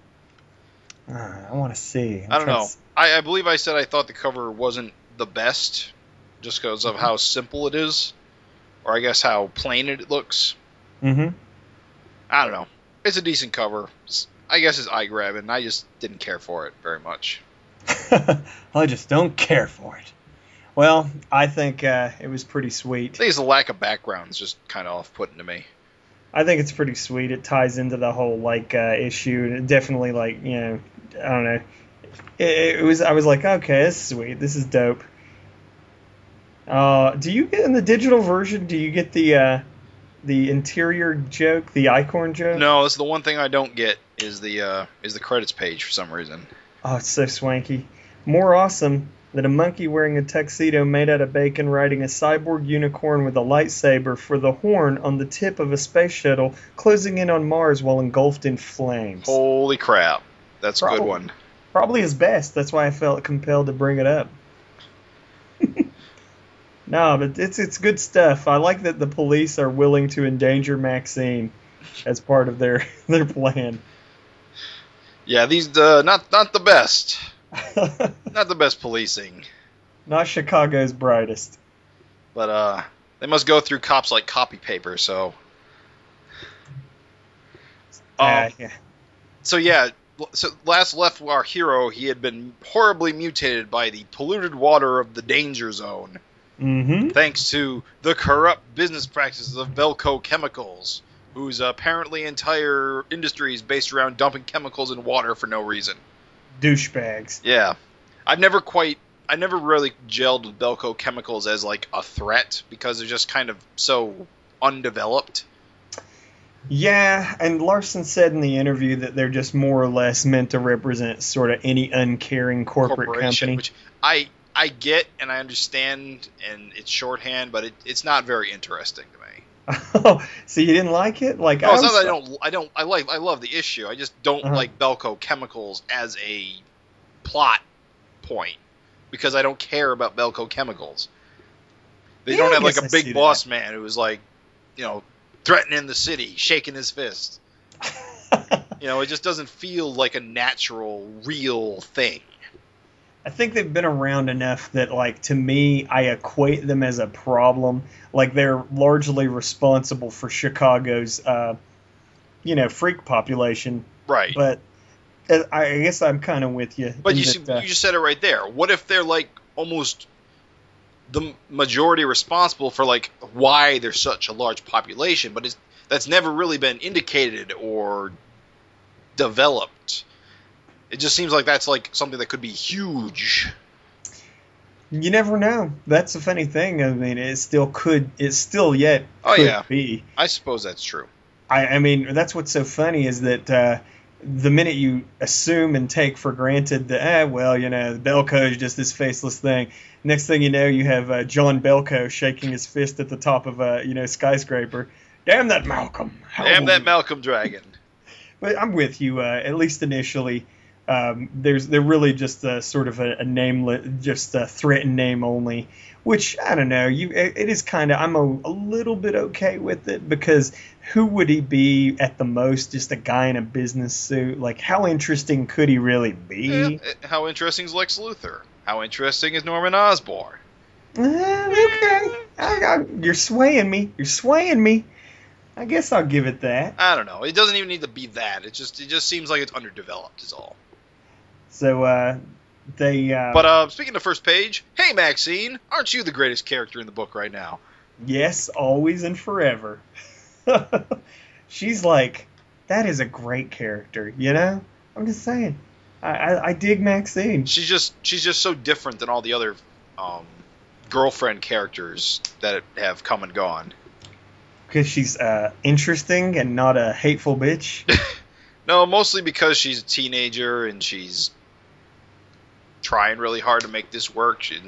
C: Uh, I want to see. I'm
A: I don't
C: trying to
A: know.
C: s-
A: I, I believe I said I thought the cover wasn't the best just because of how simple it is, or I guess how plain it looks.
C: Mhm.
A: I don't know. It's a decent cover. It's- I guess it's eye grabbing. I just didn't care for it very much.
C: mm-hmm. [LAUGHS] I just don't care for it. Well, I think uh, it was pretty
A: I
C: sweet.
A: think it's the lack of background is just kind of off putting to me.
C: I think it's pretty sweet. It ties into the whole like uh, issue. and it Definitely, like you know, I don't know. It, it was. I was like, okay, this is sweet. This is dope. Uh, do you get in the digital version? Do you get the uh, the interior joke, the icorn joke?
A: No, that's the one thing I don't get is the uh, is the credits page for some reason.
C: Oh, it's so swanky. More awesome than a monkey wearing a tuxedo made out of bacon riding a cyborg unicorn with a lightsaber for the horn on the tip of a space shuttle closing in on Mars while engulfed in flames.
A: Holy crap, that's a good
C: Probably.
A: one.
C: probably his best. That's why I felt compelled to bring
A: [LAUGHS]
C: it up. no, but it's it's good stuff. I like that the police are willing to endanger Maxine as part of their [LAUGHS] their plan.
A: Yeah, these uh, not not the best, not the best policing,
C: Not Chicago's brightest.
A: but uh, they must go through cops like copy paper. So Oh.
C: Uh, yeah.
A: so yeah, so last left our hero, he had been horribly mutated by the polluted water of the danger zone,
C: Mm-hmm.
A: thanks to the corrupt business practices of Belco Chemicals, whose apparently entire industry is based around dumping chemicals in water for no reason.
C: Douchebags.
A: Yeah, I've never quite, I never really gelled with Belco Chemicals as like a threat because they're just kind of so undeveloped.
C: Yeah, and Larson said in the interview that they're just more or less meant to represent sort of any uncaring corporate company.
A: which I I get and I understand, and it's shorthand, but it, it's not very interesting to me.
C: [LAUGHS] oh, so you didn't like it? Like
A: No,
C: I
A: it's not
C: was-
A: that I don't I don't I like I love the issue. I just don't
C: Uh-huh.
A: like Belco Chemicals as a plot point because I don't care about Belco Chemicals. They
C: Yeah,
A: don't
C: I
A: have like
C: guess
A: a
C: I see
A: big
C: that.
A: boss man who was like, you know, threatening the city, shaking his fist.
C: [LAUGHS]
A: You know, it just doesn't feel like a natural, real thing.
C: I think they've been around enough that, like, to me, I equate them as a problem. Like, they're largely responsible for Chicago's, uh, you know, freak population.
A: Right.
C: But uh, I I guess I'm kind of with you.
A: But
C: in
A: you,
C: that,
A: see,
C: uh,
A: you just said it right there. What if they're like almost the m- majority responsible for like why there's such a large population, but it's, that's never really been indicated or developed. It just seems like that's like something that could be huge.
C: you never know. That's the funny thing. I mean, it still could. It still yet
A: Oh,
C: could
A: yeah.
C: be.
A: I suppose that's true.
C: I, I mean, that's what's so funny is that uh, the minute you assume and take for granted that, eh, well, you know, Belko is just this faceless thing. Next thing you know, you have uh, John Belko shaking his fist at the top of a you know skyscraper. Damn that Malcolm! How
A: Damn that
C: will-
A: Malcolm Dragon.
C: But I'm with you. Uh, at least initially, um, there's they're really just uh sort of a, a nameless, just a threat and name only. Which I don't know. You, it, it is kind of. I'm a, a little bit okay with it because who would he be at the most? Just a guy in a business suit. Like how interesting could he really
A: Yeah,
C: be?
A: eh, How interesting is Lex Luthor? How interesting is Norman Osborn?
C: Uh, okay, I, I, you're swaying me. You're swaying me. I guess I'll give it that.
A: I don't know. It doesn't even need to be that. It just it just seems like it's underdeveloped is all.
C: So uh, they. Uh,
A: But uh, speaking of first page, hey Maxine, aren't you the greatest character in the book right now?
C: Yes, always and forever. [LAUGHS] She's like, that is a great character, you know? I'm just saying. I, I, I dig Maxine.
A: She's just she's just so different than all the other um, girlfriend characters that have come and gone.
C: Because she's uh, interesting and not a hateful bitch.
A: [LAUGHS] No, mostly because she's a teenager and she's trying really hard to make this work. She,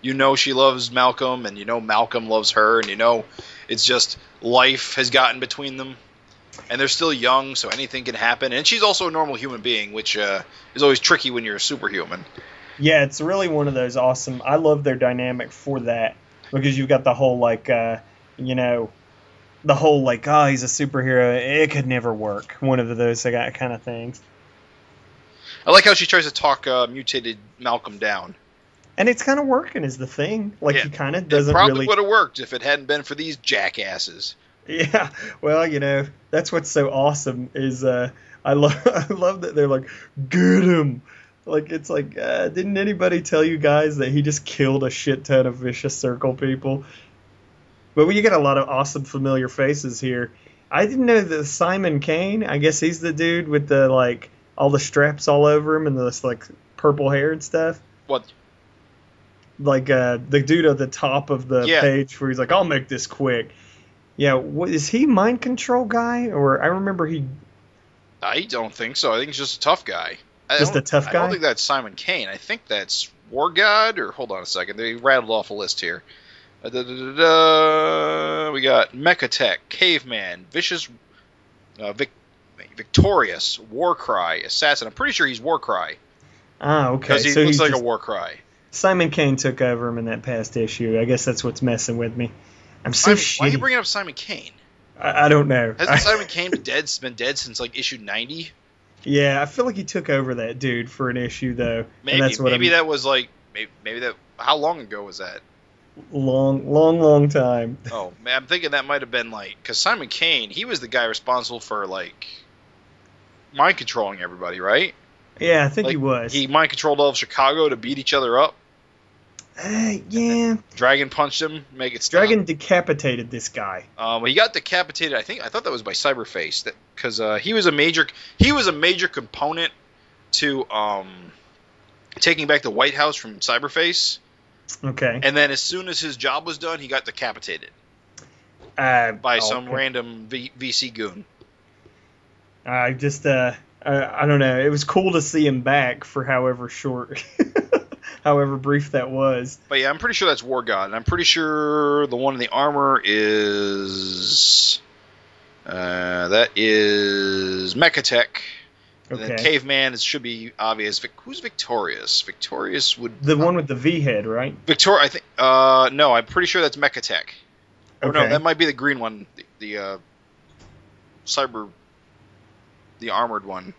A: you know she loves Malcolm, and you know Malcolm loves her, and you know it's just life has gotten between them. And they're still young, so anything can happen. And she's also a normal human being, which uh, is always tricky when you're a superhuman.
C: yeah, it's really one of those awesome. I love their dynamic for that. Because you've got the whole, like, uh, you know, the whole, like, oh, he's a superhero. It could never work. One of those kind of things.
A: I like how she tries to talk uh, mutated Malcolm down.
C: And it's kind of working, is the thing. Like,
A: Yeah,
C: he kind of
A: It
C: doesn't
A: probably
C: really.
A: would have worked if it hadn't been for these jackasses.
C: [LAUGHS] Yeah, well, you know, that's what's so awesome is uh, I love [LAUGHS] I love that they're like get him, like it's like uh, didn't anybody tell you guys that he just killed a shit ton of vicious circle people? But we get a lot of awesome familiar faces here. I didn't know that Simon Kane. I guess he's the dude with the like all the straps all over him and this like purple hair and stuff.
A: What?
C: Like uh, the dude at the top of the
A: Yeah.
C: page where he's like, "I'll make this quick." Yeah, what, is he mind control guy? Or I remember he.
A: I don't think so. I think he's just a tough guy. I
C: Just
A: don't-
C: a tough
A: I don't
C: guy?
A: think that's Simon Kane. I think that's War God. Or hold on a second. They rattled off a list here. Uh, da, da, da, da. We got Mechatech, Caveman, Vicious, uh, Vic, Victorious, Warcry, Assassin. I'm pretty sure he's Warcry
C: Ah, okay.
A: because he
C: so
A: looks
C: he's
A: like a
C: just-
A: Warcry.
C: Simon Kane took over him in that past issue. I guess that's what's messing with me. I'm so
A: Simon- why are you
C: shitty.
A: bringing up Simon Kane?
C: I, I don't know.
A: Hasn't Simon
C: [LAUGHS]
A: Kane been dead, been dead since like issue 90?
C: yeah, I feel like he took over that dude for an issue though,
A: Maybe
C: and that's what
A: maybe
C: I'm
A: that was like maybe, maybe that. How long ago was that?
C: long, long, long time.
A: [LAUGHS] Oh man, I'm thinking that might have been like because Simon Kane, he was the guy responsible for like mind controlling everybody, right?
C: Yeah, I think
A: Like,
C: he was.
A: He mind controlled all of Chicago to beat each other up.
C: uh, yeah,
A: Dragon punched him, make it stop.
C: Dragon decapitated this guy.
A: Um, he got decapitated. I think I thought that was by Cyberface, because uh, he was a major he was a major component to um, taking back the White House from Cyberface.
C: Okay.
A: And then as soon as his job was done, he got decapitated
C: Uh,
A: by
C: oh,
A: some
C: okay.
A: random v- VC goon.
C: I just uh, I, I don't know. It was cool to see him back for however short, [LAUGHS] however brief that was.
A: But yeah, I'm pretty sure that's War God, and I'm pretty sure the one in the armor is uh, that is Mechatech. And then
C: Okay.
A: Caveman it should be obvious. Vic- who's Victorious? Victorious would
C: The one with the V head, right?
A: Victor. I think. Uh, no, I'm pretty sure that's Mechatech. Oh no,
C: Okay.
A: that might be the green one, the, the uh, cyber, the armored one.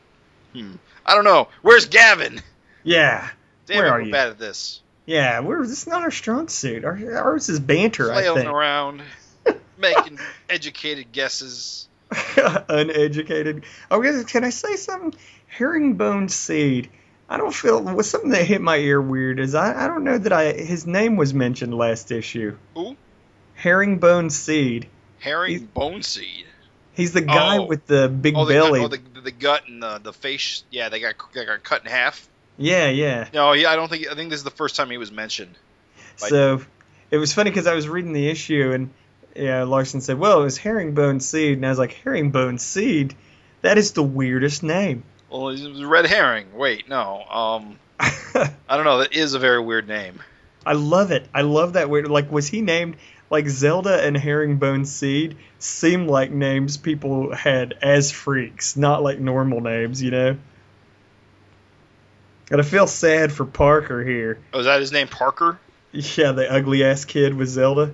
A: Hmm. I don't know. Where's Gavin?
C: Yeah.
A: Damn
C: Where
A: it,
C: are
A: we're
C: you?
A: bad at this.
C: Yeah, we're this is not our strong suit. Our, ours is banter, I
A: flailing
C: think. [LAUGHS]
A: around, making educated guesses.
C: [LAUGHS] Uneducated. Oh, guys, can I say something? Herringbone seed. I don't feel was something that hit my ear weird is I, I don't know that I his name was mentioned last issue.
A: Who?
C: Herringbone seed.
A: Herring
C: He's-
A: bone seed.
C: He's the guy
A: Oh.
C: with the big
A: Oh, the,
C: belly.
A: Gut, oh the, the gut and the, the face. Yeah, they got they got cut in half.
C: yeah, yeah.
A: No, yeah, I don't think I think this is the first time he was mentioned. Like-
C: So it was funny because I was reading the issue and yeah, Larson said, "Well, it was herringbone seed," and I was like, "Herringbone seed, that is the weirdest name."
A: Well, it was a red herring. Wait, no. Um,
C: [LAUGHS]
A: I don't know. That is a very weird name.
C: I love it. I love that weird. Like, was he named like Zelda and Herringbone Seed? Seem like names people had as freaks, not like normal names, you know. And I feel sad for Parker here.
A: Oh, is that his name, Parker?
C: Yeah, the ugly ass kid with Zelda.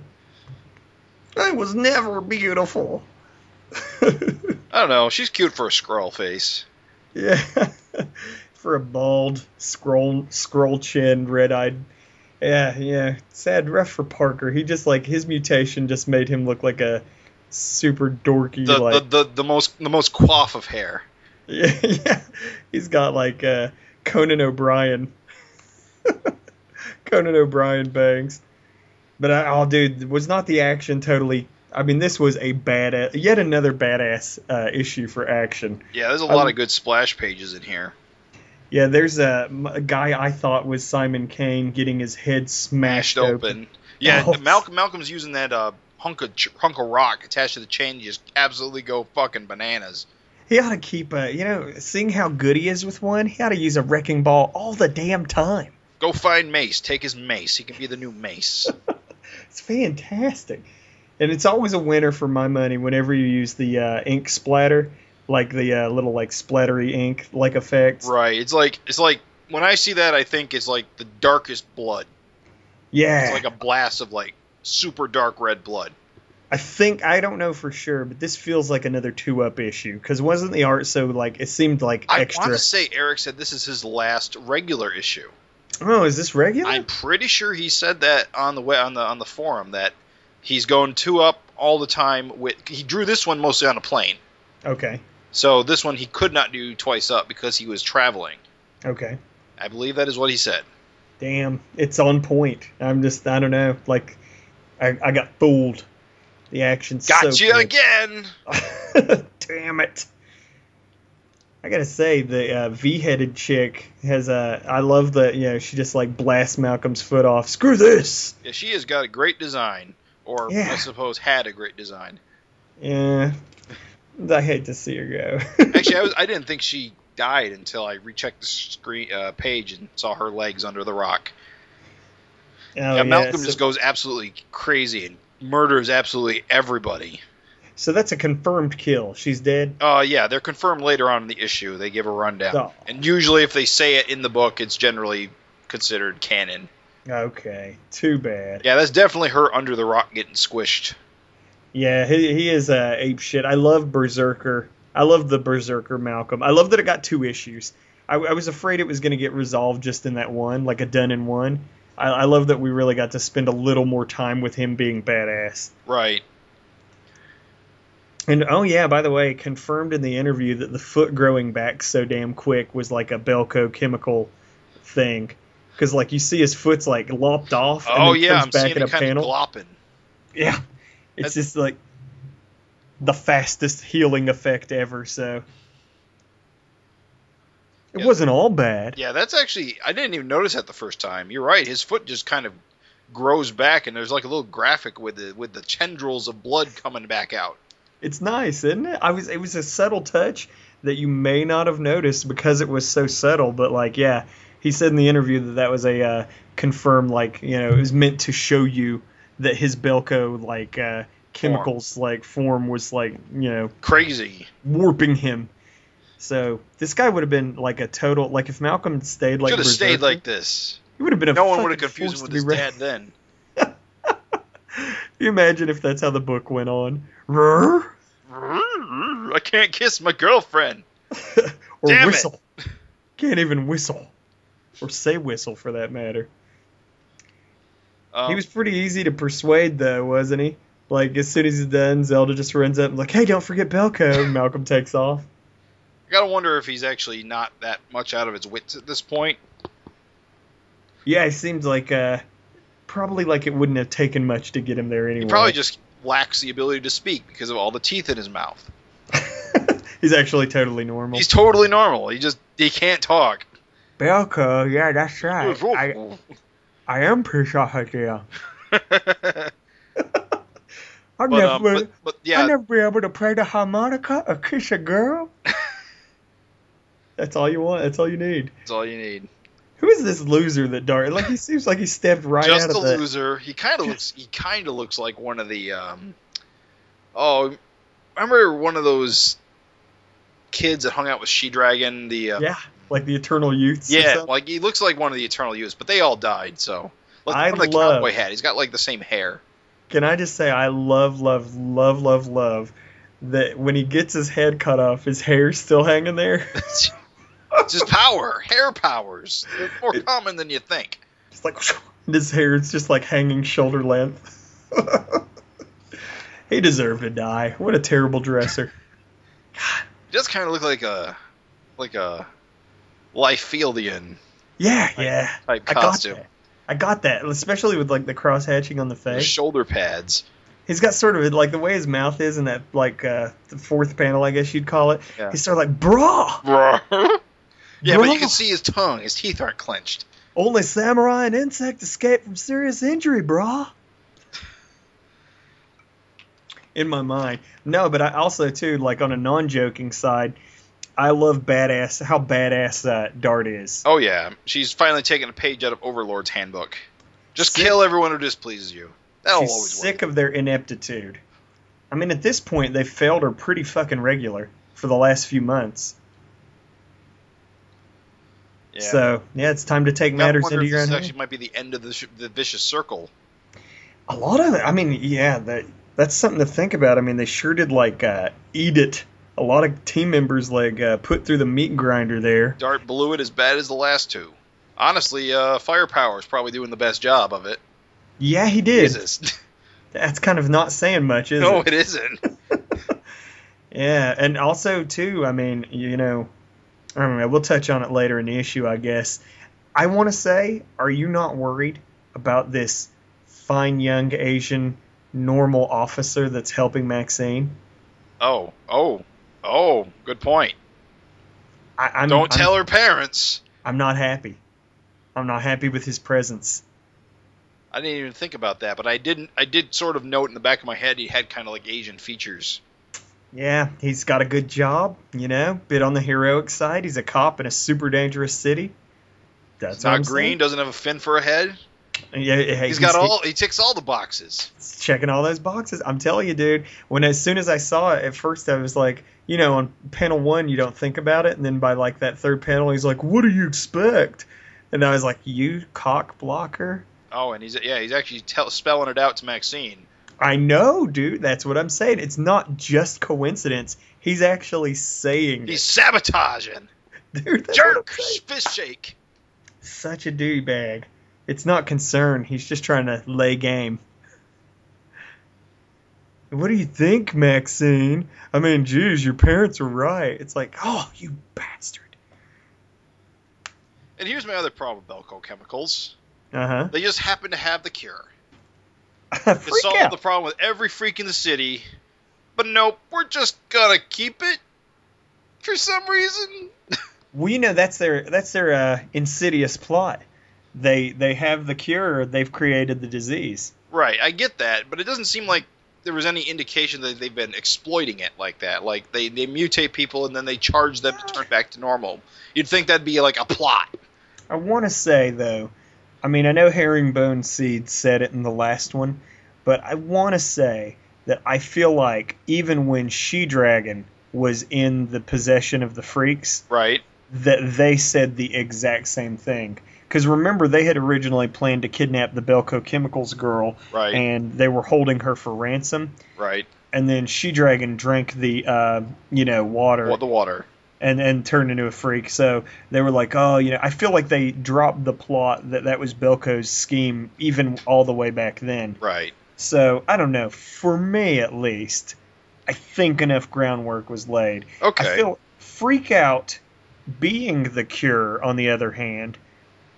C: I was never beautiful. [LAUGHS]
A: I don't know. She's cute for a scroll face.
C: yeah, [LAUGHS] for a bald, scroll scroll chinned, red eyed. Yeah, yeah. Sad ref for Parker. He just like his mutation just made him look like a super dorky
A: The,
C: like [LAUGHS]
A: the, the the most the most quaff of hair.
C: yeah, yeah. He's got like uh, Conan O'Brien. [LAUGHS] Conan O'Brien bangs. But I, oh, dude, was not the action totally? I mean, this was a badass, yet another badass uh, issue for action.
A: Yeah, there's a
C: I-
A: lot of good splash pages in here.
C: Yeah, there's a, a guy I thought was Simon Kane getting his head smashed
A: smashed open. Yeah,
C: Oh.
A: Malcolm Malcolm's using that uh, hunk of ch- hunk of rock attached to the chain to just absolutely go fucking bananas.
C: He ought to keep a, you know, seeing how good he is with one, he ought to use a wrecking ball all the damn time.
A: Go find Mace. Take his Mace. He can be the new
C: [LAUGHS]
A: Mace.
C: It's fantastic. And it's always a winner for my money whenever you use the uh, ink splatter, like the uh, little like splattery ink like effects.
A: right. It's like it's like when I see that, I think it's like the darkest blood. It's
C: Yeah.
A: like a blast of like super dark red blood.
C: I think I don't know for sure, but this feels like another two up issue because wasn't the art so like it seemed like
A: I want
C: extra?
A: to say Eric said this is his last regular issue.
C: Oh, is this regular?
A: I'm pretty sure he said that on the way on the on the forum that he's going two up all the time. With he drew this one mostly on a plane.
C: Okay.
A: So this one he could not do twice up because he was traveling.
C: Okay.
A: I believe that is what he said.
C: Damn, it's on point. I'm just I don't know, like I, I got fooled. The action's
A: Gotcha
C: so good.
A: again.
C: [LAUGHS] Damn it. I gotta say, the uh, V-headed chick has a. I love that. You know, she just like blasts Malcolm's foot off. Screw this.
A: Yeah, she has got a great design, or
C: Yeah.
A: I suppose had a great design.
C: Yeah, I hate to see her go. [LAUGHS]
A: Actually, I, was, I didn't think she died until I rechecked the screen uh, page and saw her legs under the rock.
C: Oh,
A: yeah, Malcolm
C: so,
A: just goes absolutely crazy and murders absolutely everybody.
C: so that's a confirmed kill. She's dead.
A: Uh, yeah, they're confirmed later on in the issue. They give a rundown,
C: Oh.
A: and usually if they say it in the book, it's generally considered canon.
C: Oh, Okay, too bad.
A: Yeah, that's definitely her under the rock getting squished.
C: Yeah, he, he is uh, ape shit. I love Berserker. I love the Berserker Malcolm. I love that it got two issues. I, I was afraid it was going to get resolved just in that one, like a done in one. I, I love that we really got to spend a little more time with him being badass.
A: Right.
C: And oh yeah, by the way, confirmed in the interview that the foot growing back so damn quick was like a Belco chemical thing, because like you see his foot's like lopped off. And
A: Oh
C: then
A: yeah,
C: comes
A: I'm
C: back
A: seeing
C: in a
A: it kind
C: panel.
A: of glopping.
C: yeah,
A: That's-
C: it's just like the fastest healing effect ever. So it
A: Yeah.
C: wasn't all bad.
A: Yeah, that's actually I didn't even notice that the first time. You're right. His foot just kind of grows back, and there's like a little graphic with the with the tendrils of blood coming back out.
C: It's nice, isn't it? I was it was a subtle touch that you may not have noticed because it was so subtle, but like yeah, he said in the interview that that was a uh, confirmed like, you know, it was meant to show you that his Belko like uh, chemicals like form was like, you know,
A: Crazy.
C: warping him. So this guy would have been like a total like if Malcolm stayed like
A: Should have stayed
C: Berserker,
A: like this.
C: he would have been a
A: No one would have
C: fucking
A: confused
C: force
A: him with
C: to be
A: his
C: reckoned
A: dad then.
C: [LAUGHS] You imagine if that's how the book went on. Rrrr, [LAUGHS]
A: I can't kiss my girlfriend.
C: or
A: Damn it.
C: whistle. Can't even whistle. Or say whistle for that matter.
A: Um,
C: he was pretty easy to persuade though, wasn't he? Like as soon as he's done, Zelda just runs up and like, hey, don't forget Belko. and Malcolm takes off.
A: I gotta wonder if he's actually not that much out of his wits at this point.
C: Yeah, it seems like uh probably like it wouldn't have taken much to get him there anyway.
A: He probably just lacks the ability to speak because of all the teeth in his mouth.
C: [LAUGHS] he's actually totally normal.
A: He's totally normal. He just he can't talk.
C: Belko, yeah, that's right. I, I am pretty sure I
A: [LAUGHS]
C: do.
A: but, um,
C: I've never
A: but, but yeah,
C: I'll never be able to play the harmonica or kiss
A: [LAUGHS]
C: a girl. That's all you want. That's all you need.
A: that's all you need.
C: Who is this loser that dart? Like he seems like he stepped right
A: Just
C: out
A: a
C: of the.
A: loser. He
C: [LAUGHS]
A: kind of looks. He kind of looks like one of the. Um, oh, remember one of those kids that hung out with She Dragon? The uh,
C: Yeah, like the eternal youths. or
A: yeah,
C: something.
A: like he looks like one of the Eternal Youths, but they all died. So like
C: I
A: one of the
C: love-
A: cowboy hat. He's got like the same
C: [LAUGHS]
A: hair.
C: Can I just say I love, love, love, love, love that when he gets his head cut off, his hair's still hanging there.
A: it's [LAUGHS] just power, hair powers. They're more common than you think.
C: It's like [LAUGHS] and his hair's just like hanging shoulder length. [LAUGHS] he deserved to die. What a
A: [LAUGHS]
C: terrible dresser.
A: He does kind of look like a like a Liefeldian
C: Yeah, yeah.
A: type
C: I got
A: costume.
C: that. I got that, especially with like the cross hatching on the
A: The
C: face.
A: Shoulder pads.
C: He's got sort of like the way his mouth is in that like uh, the fourth panel, I guess you'd call it.
A: Yeah.
C: He's sort of like brah.
A: yeah, but you
C: Bruh.
A: can see his tongue. His teeth aren't clenched.
C: Only samurai and insect escape from serious injury, brah. In my mind, no, but I also too like on a non-joking side, I love badass how badass uh, Dart is.
A: Oh yeah, she's finally taking a page out of Overlord's handbook. Just
C: Sick.
A: kill everyone who displeases you. That'll
C: She's
A: always
C: sick of their ineptitude. I mean, at this point, they've failed her pretty fucking regular for the last few months.
A: work. Yeah.
C: So yeah, it's time to take
A: I
C: matters
A: wonder
C: into
A: if
C: your own
A: this
C: hands.
A: actually might be the end of the, sh- the vicious circle.
C: A lot of, it- I mean, yeah, that that's something to think about. I mean, they sure did like uh, eat it. A lot of team members like uh, put through the meat grinder there.
A: Dart blew it as bad as the last two. Honestly, uh, Firepower's probably doing the best job of it.
C: Yeah, he did.
A: Jesus. [LAUGHS]
C: That's kind of not saying much, is
A: no,
C: it? [LAUGHS]
A: it isn't.
C: Yeah, and also too, I mean, you know, I don't know. We'll touch on it later in the issue, I guess. I want to say, are you not worried about this fine young Asian normal officer that's helping Maxine?
A: Oh, oh, oh, good point.
C: I, I'm,
A: Don't
C: I'm-
A: tell her parents.
C: I'm not happy. I'm not happy with his presence.
A: I didn't even think about that, but I didn't. I did sort of note in the back of my head he had kind of like Asian features.
C: Yeah, he's got a good job, you know, bit on the heroic side. He's a cop in a super dangerous city. That's
A: It's
C: what I'm
A: not green,
C: saying.
A: doesn't have a fin for a head.
C: Yeah, yeah,
A: He's got all. He ticks all the boxes.
C: He's checking all those boxes. I'm telling you, dude. When as soon as I saw it, at first I was like, you know, on panel one you don't think about it, and then by like that third panel he's like, what do you expect? And I was like, you cock blocker.
A: Oh, and he's yeah, he's actually tell, spelling it out to Maxine.
C: I know, dude. That's what I'm saying. It's not just coincidence. He's actually saying
A: He's sabotaging.
C: it, [LAUGHS] dude. that's what I'm
A: Jerk,
C: saying.
A: fist shake.
C: Such a duty bag. It's not concern. He's just trying to lay game. What do you think, Maxine? I mean, geez, your parents are right. It's like, oh, you bastard.
A: And here's my other problem with Belco Chemicals.
C: [LAUGHS] Uh
A: They just happen to have the cure.
C: huh.
A: They
C: Freak
A: solved
C: out.
A: the problem with every freak in the city. But nope, we're just gonna keep it for some reason.
C: Well, you know that's their that's their uh, insidious plot. They they have the cure. They've created the disease.
A: Right, I get that, but it doesn't seem like there was any indication that they've been exploiting it like that. Like they, they mutate people and then they charge them to turn back to normal. You'd think that'd be like a plot.
C: I want to say though, I mean I know Herringbone Seed said it in the last one, but I want to say that I feel like even when She Dragon was in the possession of the freaks,
A: Right.
C: that they said the exact same thing. Because remember, they had originally planned to kidnap the Belco Chemicals girl,
A: Right.
C: and they were holding her for ransom.
A: Right.
C: And then She Dragon drank the, uh, you know, water
A: Well, the water.
C: and and turned into a freak. So they were like, oh, you know, I feel like they dropped the plot that that was Belco's scheme even all the way back then.
A: Right.
C: So I don't know. For me, at least, I think enough groundwork was laid.
A: Okay.
C: I feel freak out being the cure. On the other hand,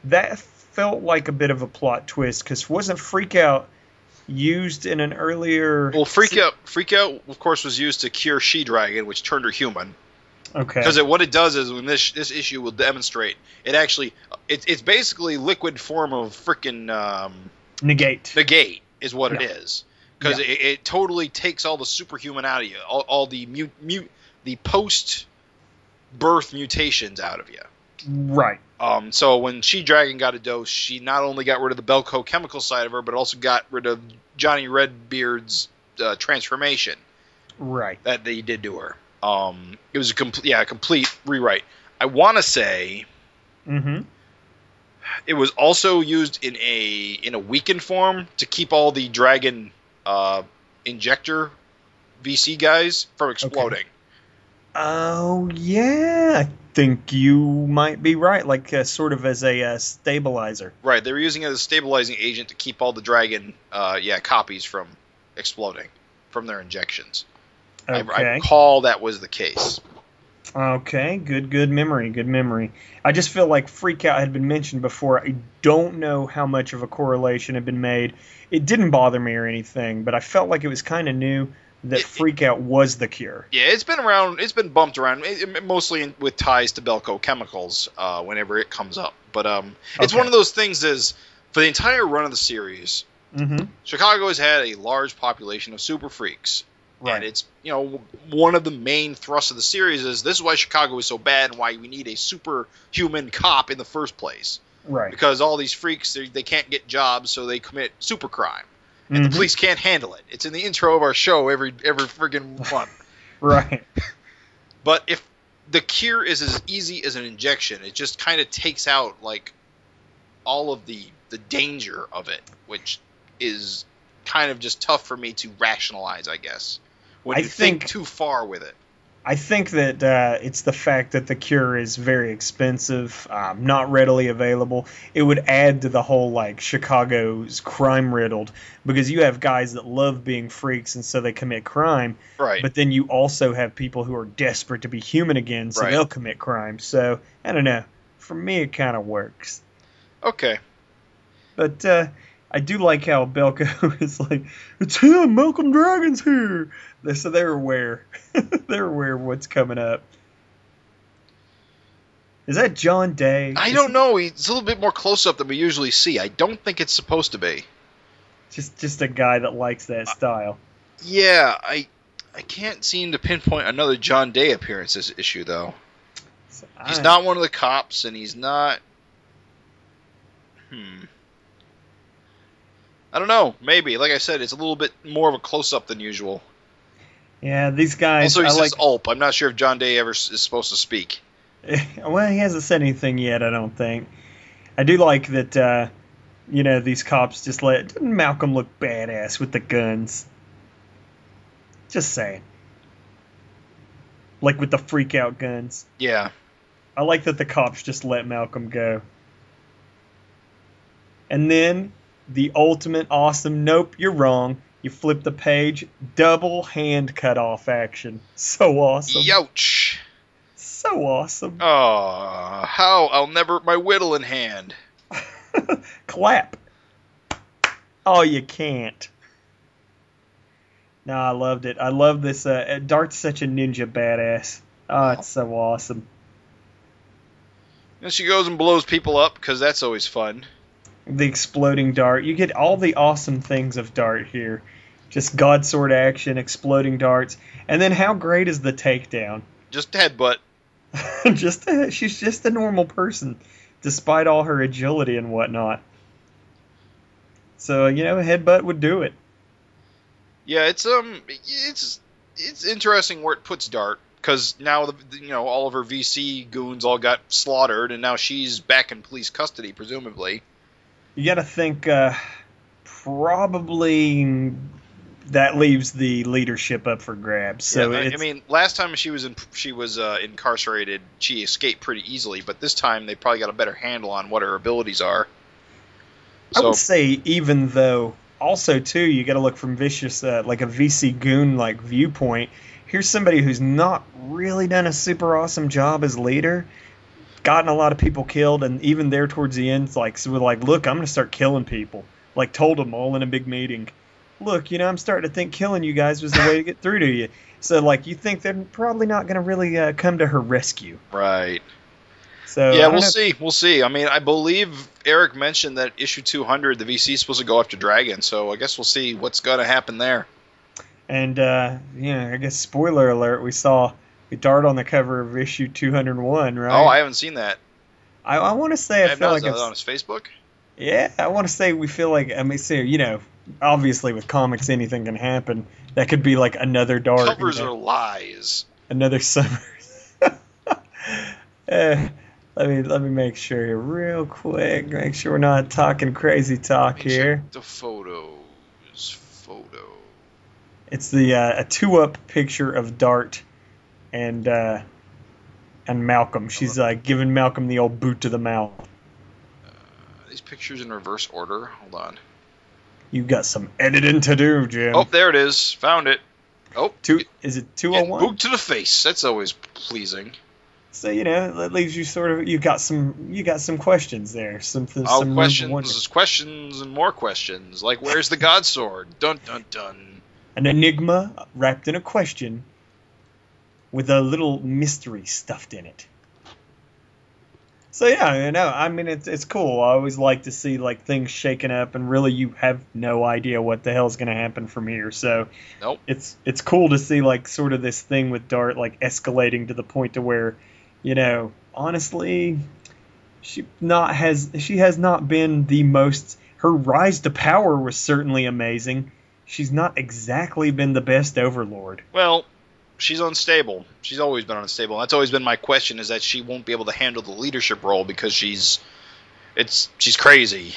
C: that felt like a bit of a plot twist because wasn't freak out used in an earlier?
A: well, freak out. Freak out, of course, was used to cure she dragon, which turned her human.
C: Okay.
A: Because what it does is when this this issue will demonstrate, it actually it, it's basically liquid form of freaking um,
C: Negate.
A: negate is what it
C: Yeah.
A: is. Because
C: Yeah.
A: it, it totally takes all the superhuman out of you, all, all the mute, mute the post birth mutations out of you.
C: Right.
A: Um, so when she dragon got a dose, she not only got rid of the Belco chemical side of her, but also got rid of Johnny Redbeard's uh, transformation
C: Right.
A: that they did to her. Um, it was a complete, yeah, a complete rewrite. I want to say
C: Mm-hmm.
A: it was also used in a in a weakened form to keep all the dragon uh, injector VC guys from exploding.
C: Oh yeah, I think you might be right. Like uh, sort of as a uh, stabilizer.
A: Right, they were using it as a stabilizing agent to keep all the dragon, uh, yeah, copies from exploding from their injections. I, I
C: Okay.
A: recall that was the case.
C: Okay, good, good memory, good memory. I just feel like Freakout had been mentioned before. I don't know how much of a correlation had been made. It didn't bother me or anything, but I felt like it was kind of new that
A: It-
C: Freakout was the cure.
A: Yeah, it's been around. It's been bumped around, it- it- mostly in, with ties to Belco Chemicals. Uh, whenever it comes up, but um, it's
C: Okay.
A: one of those things. Is for the entire run of the series,
C: Mm-hmm.
A: Chicago has had a large population of super freaks.
C: Right.
A: And it's you know one of the main thrusts of the series is this is why Chicago is so bad and why we need a superhuman cop in the first place
C: Right.
A: because all these freaks they, they can't get jobs so they commit super crime and
C: Mhm.
A: the police can't handle it. It's in the intro of our show every every friggin' one.
C: Right.
A: But if the cure is as easy as an injection, it just kind of takes out like all of the the danger of it, which is kind of just tough for me to rationalize, I guess. When
C: I
A: you think,
C: think-
A: too far with it,
C: I think that uh, it's the fact that the cure is very expensive, um, not readily available. It would add to the whole like Chicago's crime riddled because you have guys that love being freaks and so they commit crime,
A: right?
C: but then you also have people who are desperate to be human again, so
A: Right.
C: they'll commit crime. So I don't know. For me, it kind of works,
A: okay,
C: but uh, I do like how Belko [LAUGHS] is like, "It's him, Malcolm Dragon's here." They- So they're aware. [LAUGHS] they're aware of what's coming up. Is that John Day?
A: I
C: Is
A: don't
C: he-
A: know. It's a little bit more close up than we usually see. I don't think it's supposed to be.
C: Just just a guy that likes that style.
A: Yeah, I I can't seem to pinpoint another John Day appearance this issue though.
C: So
A: He's
C: I-
A: not one of the cops, and he's not. Hmm. I don't know. Maybe, like I said, it's a little bit more of a close-up than usual.
C: Yeah, these guys.
A: also, he
C: I
A: says
C: like.
A: "ulp." I'm not sure if John Day ever s- is supposed to speak.
C: [LAUGHS] well, he hasn't said anything yet. I don't think. I do like that. Uh, you know, these cops just let didn't Malcolm look badass with the guns. Just saying. Like with the freak out guns.
A: Yeah,
C: I like that the cops just let Malcolm go. And then the ultimate awesome nope, you're wrong. You flip the page, double hand cut off action. So awesome.
A: Youch.
C: So awesome.
A: Oh, how I'll never my whittling hand.
C: [LAUGHS] Clap. Oh, you can't. No, I loved it. I love this. Uh, Dart's such a ninja badass. Oh, it's so awesome.
A: And she goes and blows people up because that's always fun.
C: the exploding dart. You get all the awesome things of dart here. Just god sword action, exploding darts, and then how great is the takedown? [LAUGHS]
A: Just headbutt.
C: just [LAUGHS] she's just a normal person, despite all her agility and whatnot. So you know, headbutt would do it.
A: Yeah, it's um, it's it's interesting where it puts Dart because now the the- you know all of her VC goons all got slaughtered, and now she's back in police custody, presumably.
C: You got to think. Uh, probably that leaves the leadership up for grabs. So
A: Yeah, I, I
C: it's,
A: mean, last time she was in she was uh, incarcerated, she escaped pretty easily, but this time they probably got a better handle on what her abilities are.
C: I
A: So
C: would say even though also too you got to look from vicious uh, like a VC goon like viewpoint. Here's somebody who's not really done a super awesome job as leader, gotten a lot of people killed, and even there towards the end, it's like so we're like, look, I'm gonna start killing people. Like told them all in a big meeting. Look, you know, I'm starting to think killing you guys was the way to get through to you. So like, you think they're probably not gonna really uh, come to her rescue.
A: right,
C: So I
A: yeah,
C: don't
A: we'll
C: know.
A: see, we'll see. I mean, I believe Eric mentioned that issue 200, the VC is supposed to go after Dragon, so I guess we'll see what's gonna happen there.
C: And uh, you know, I guess spoiler alert, we saw Dart on the cover of issue 201, right?
A: Oh, I haven't seen that.
C: I, I want to say I
A: I
C: feel
A: know, is
C: like
A: that on
C: I've,
A: his Facebook.
C: yeah, I want to say we feel like I mean, see, you know, obviously with comics anything can happen. That could be like another Dart, you
A: covers
C: know,
A: are lies.
C: another summer. [LAUGHS] uh, let me let me make sure here real quick. Make sure we're not talking crazy talk here.
A: Check the photos. Photo.
C: It's the uh, a two up picture of Dart and uh, and Malcolm. She's uh, giving Malcolm the old boot to the mouth.
A: Are Uh, these pictures in reverse order. Hold on.
C: You got some editing to do, Jim.
A: Oh, there it is. Found it. Oh,
C: Two is it two oh
A: getting
C: one?
A: boot to the face. That's always pleasing.
C: So you know that leaves you sort of you got some you got some questions there. Some some
A: Oh,
C: room to wonder.
A: questions, questions, and more questions. Like, where's the God Sword? Dun dun dun.
C: An enigma wrapped in a question with a little mystery stuffed in it. So yeah, you know, I mean it's it's cool. I always like to see like things shaken up and really you have no idea what the hell's gonna happen from here. So
A: Nope.
C: it's it's cool to see like sort of this thing with Dart like escalating to the point to where, you know, honestly she not has she has not been the most her rise to power was certainly amazing. She's not exactly been the best overlord.
A: Well, she's unstable. She's always been unstable. That's always been my question: is that she won't be able to handle the leadership role because she's, it's she's crazy.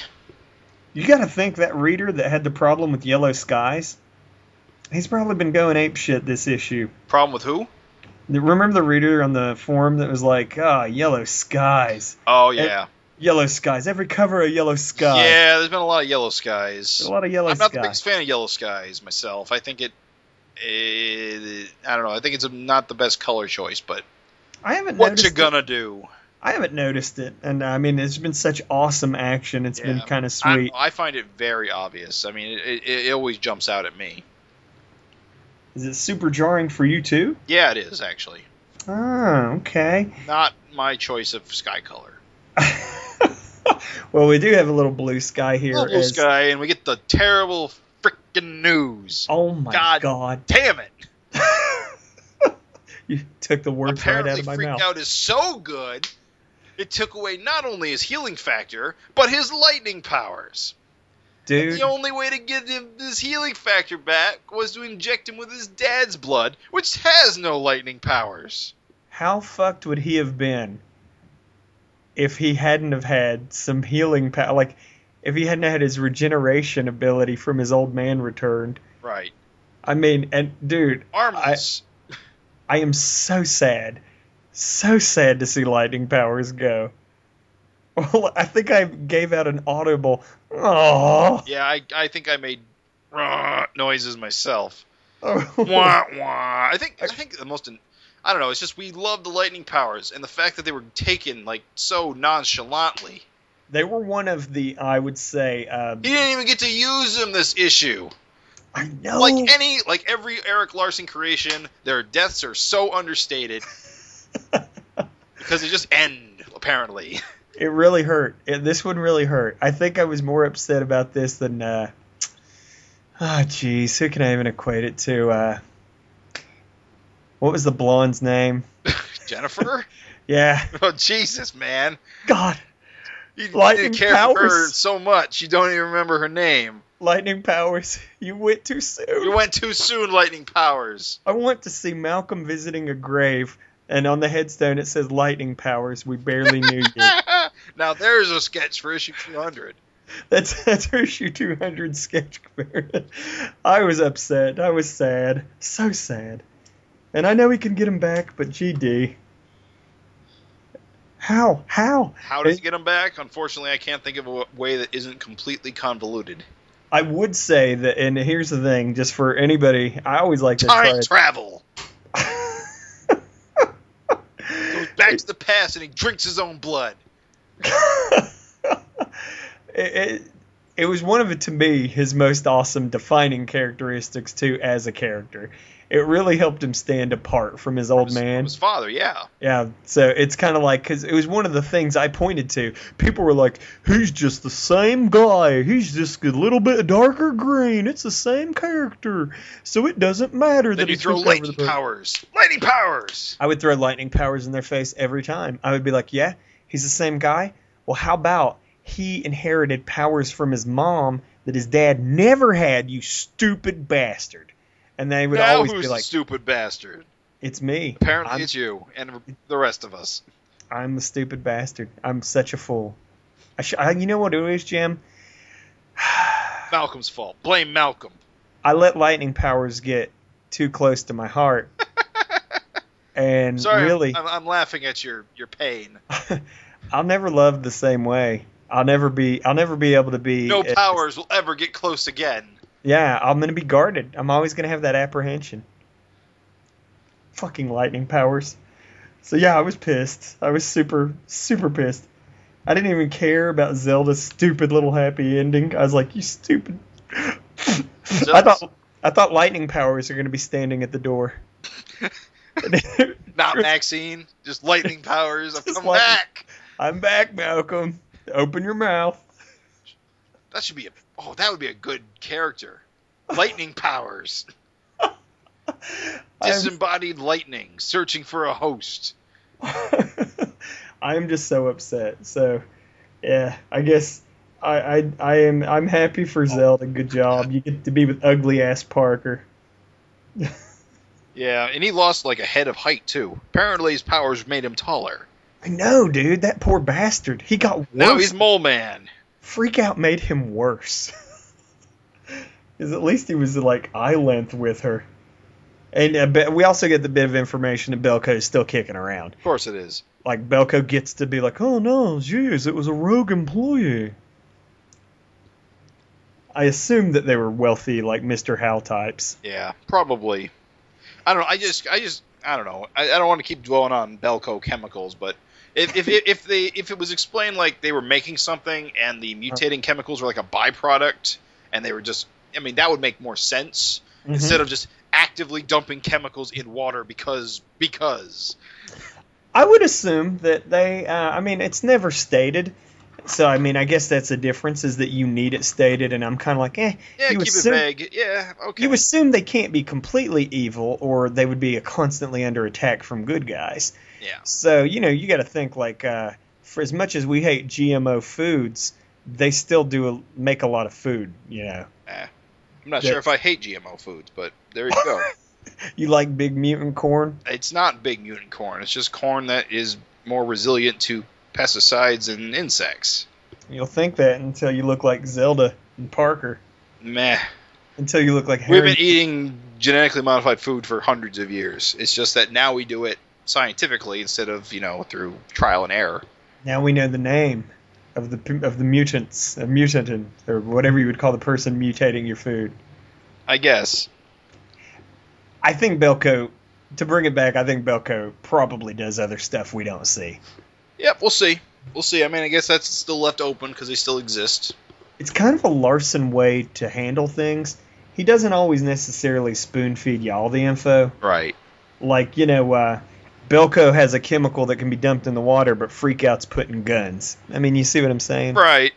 C: You got to think that reader that had the problem with Yellow Skies, he's probably been going ape shit this issue.
A: Problem with who?
C: Remember the reader on the forum that was like, "Ah, Yellow Skies,
A: Oh yeah.
C: Yellow Skies, every cover of Yellow Skies."
A: Yeah, there's been a lot of yellow skies.
C: A lot of yellow
A: I'm not the
C: sky.
A: biggest fan of yellow skies myself. I think it, eh, I don't know. I think it's not the best color choice, but
C: I haven't
A: what
C: noticed
A: you
C: it.
A: gonna do?
C: I haven't noticed it, and I mean, it's been such awesome action. It's been
A: Yeah.
C: kind of
A: I,
C: sweet.
A: I find it very obvious. I mean, it, it, it always jumps out at me.
C: Is it super jarring for you too?
A: Yeah, it is actually
C: Oh, okay. [LAUGHS]
A: not my choice of sky color.
C: well, we do have a little blue sky here.
A: Blue
C: as-
A: sky, and we get the terrible freaking news.
C: Oh my
A: God.
C: god. [LAUGHS]
A: Damn it!
C: You took the words
A: Apparently,
C: right out of my
A: freaked
C: mouth.
A: out is so good. It took away not only his healing factor, but his lightning powers.
C: Dude,
A: The only way to get him this healing factor back was to inject him with his dad's blood, which has no lightning powers.
C: how fucked would he have been if he hadn't have had some healing power? Like, if he hadn't had his regeneration ability from his old man returned.
A: Right.
C: I mean, and dude,
A: Armless.
C: I am so sad, so sad to see lightning powers go. Well, I think I gave out an audible. Oh,
A: yeah, I, I think I made "Rah" noises
C: [LAUGHS]
A: myself.
C: Oh,
A: wah, wah. I think I think the most. I don't know. It's just we love the lightning powers, and the fact that they were taken like so nonchalantly.
C: [LAUGHS] they were one of the I would say. Uh,
A: He didn't even get to use them this issue.
C: I know.
A: Like any, like every Eric Larson creation, their deaths are so understated because they just end apparently.
C: [LAUGHS]
A: [LAUGHS]
C: It really hurt. It, this one really hurt. I think I was more upset about this than. Uh, oh, jeez. Who can I even equate it to? Uh, what was the blonde's name?
A: Jennifer, [LAUGHS]
C: Yeah.
A: oh Jesus, man,
C: God.
A: you
C: Lightning
A: didn't care for her
C: powers.
A: so much. You don't even remember her name.
C: Lightning powers. You went too soon.
A: You went too soon, lightning powers.
C: I want to see Malcolm visiting a grave, and on the headstone it says "Lightning powers." We barely knew
A: [LAUGHS]
C: you.
A: now there's a sketch for issue 200.
C: That's [LAUGHS] that's our issue 200 sketch cover. I was upset. I was sad. So sad. And I know we can get him back, but GD. How? How?
A: How does he get him back? Unfortunately, I can't think of a way that isn't completely convoluted.
C: I would say that, and here's the thing, just for anybody, I always like to try.
A: Time travel.
C: [LAUGHS]
A: Goes back to the past and he drinks his own blood.
C: [LAUGHS] it, it, it was one of to me his most awesome defining characteristics too as a character. It really helped him stand apart from his old
A: His-
C: man.
A: His father, yeah.
C: Yeah, so it's kind of like because it was one of the things I pointed to. People were like, "He's just the same guy. He's just a little bit darker green. It's the same character, so it doesn't matter that
A: Then you
C: he's
A: throw
C: just over
A: lightning
C: the book."
A: powers. Lightning powers!
C: I would throw lightning powers in their face every time. I would be like, "Yeah, he's the same guy. Well, how about he inherited powers from his mom that his dad never had? You stupid bastard!" And they would
A: Now
C: always
A: who's
C: be
A: the
C: like,
A: stupid bastard?
C: "It's me.
A: Apparently
C: I'm-
A: it's you and the rest of us.
C: I'm the stupid bastard. I'm such a fool. I sh- I, you know what it is, Jim? [SIGHS]
A: Malcolm's fault. Blame Malcolm. [LAUGHS]
C: I let lightning powers get too close to my heart. and
A: Sorry, I'm-
C: really,
A: I'm, I'm laughing at your, your pain.
C: [LAUGHS] I'll never love the same way. I'll never be. I'll never be able to be.
A: No powers will ever get close again.
C: Yeah, I'm gonna be guarded. I'm always gonna have that apprehension. Fucking lightning powers. So yeah, I was pissed. I was super, super pissed. I didn't even care about Zelda's stupid little happy ending. I was like, you stupid. [LAUGHS] I thought I thought lightning powers are gonna be standing at the door. [LAUGHS]
A: Not Maxine, just
C: [LAUGHS]
A: lightning powers. I've
C: Just
A: come
C: lightning.
A: back.
C: I'm back, Malcolm. Open your mouth.
A: That should be a oh, that would be a good character. Lightning powers,
C: [LAUGHS] I'm-
A: disembodied lightning, searching for a host.
C: [LAUGHS] I'm just so upset. So, yeah, I guess I, I I am I'm happy for Zelda. Good job. You get to be with ugly ass Parker.
A: Yeah, and he lost like a head of height too. Apparently, his powers made him taller.
C: I know, dude. That poor bastard. He got worse.
A: Now he's Mole Man.
C: Freak out made him worse. [LAUGHS] Because at least he was like eye length with her. And uh, but we also get the bit of information that Belko is still kicking around.
A: Of course, it is.
C: Like Belko gets to be like, oh no, jeez, it was a rogue employee. I assume that they were wealthy, like Mr. Howe types.
A: Yeah, probably. I don't know. I just, I just, I don't know. I, I don't want to keep dwelling on Belco chemicals, but if if if they if it was explained like they were making something and the mutating chemicals were like a byproduct and they were just, I mean, that would make more sense
C: Mm-hmm.
A: instead of just actively dumping chemicals in water because because
C: I would assume that they. Uh, I mean, it's never stated, so I mean, I guess that's the difference is that you need it stated, and I'm kind of like, eh.
A: yeah,
C: you
A: keep
C: assume,
A: it vague. Yeah, okay.
C: You assume they can't be completely evil, or they would be constantly under attack from good guys.
A: yeah.
C: So you know, you got to think like, uh, for as much as we hate GMO foods, they still do a, make a lot of food. You know,
A: I'm not
C: Yeah.
A: sure if I hate GMO foods, but there you go.
C: you like big mutant corn.
A: it's not big mutant corn. It's just corn that is more resilient to pesticides and insects.
C: You'll think that until you look like Zelda and Parker.
A: Meh.
C: Until you look like Harry.
A: We've been eating genetically modified food for hundreds of years. It's just that now we do it scientifically instead of, you know, through trial and error.
C: Now we know the name of the of the mutants, of mutantin, or whatever you would call the person mutating your food.
A: I guess.
C: I think Belko, to bring it back, I think Belko probably does other stuff we don't see.
A: Yep, we'll see. We'll see. I mean, I guess that's still left open because they still exist.
C: It's kind of a Larson way to handle things. He doesn't always necessarily spoon feed you all the info.
A: Right.
C: Like, you know, uh, Belko has a chemical that can be dumped in the water, but Freakout's putting guns. I mean, you see what I'm saying?
A: Right.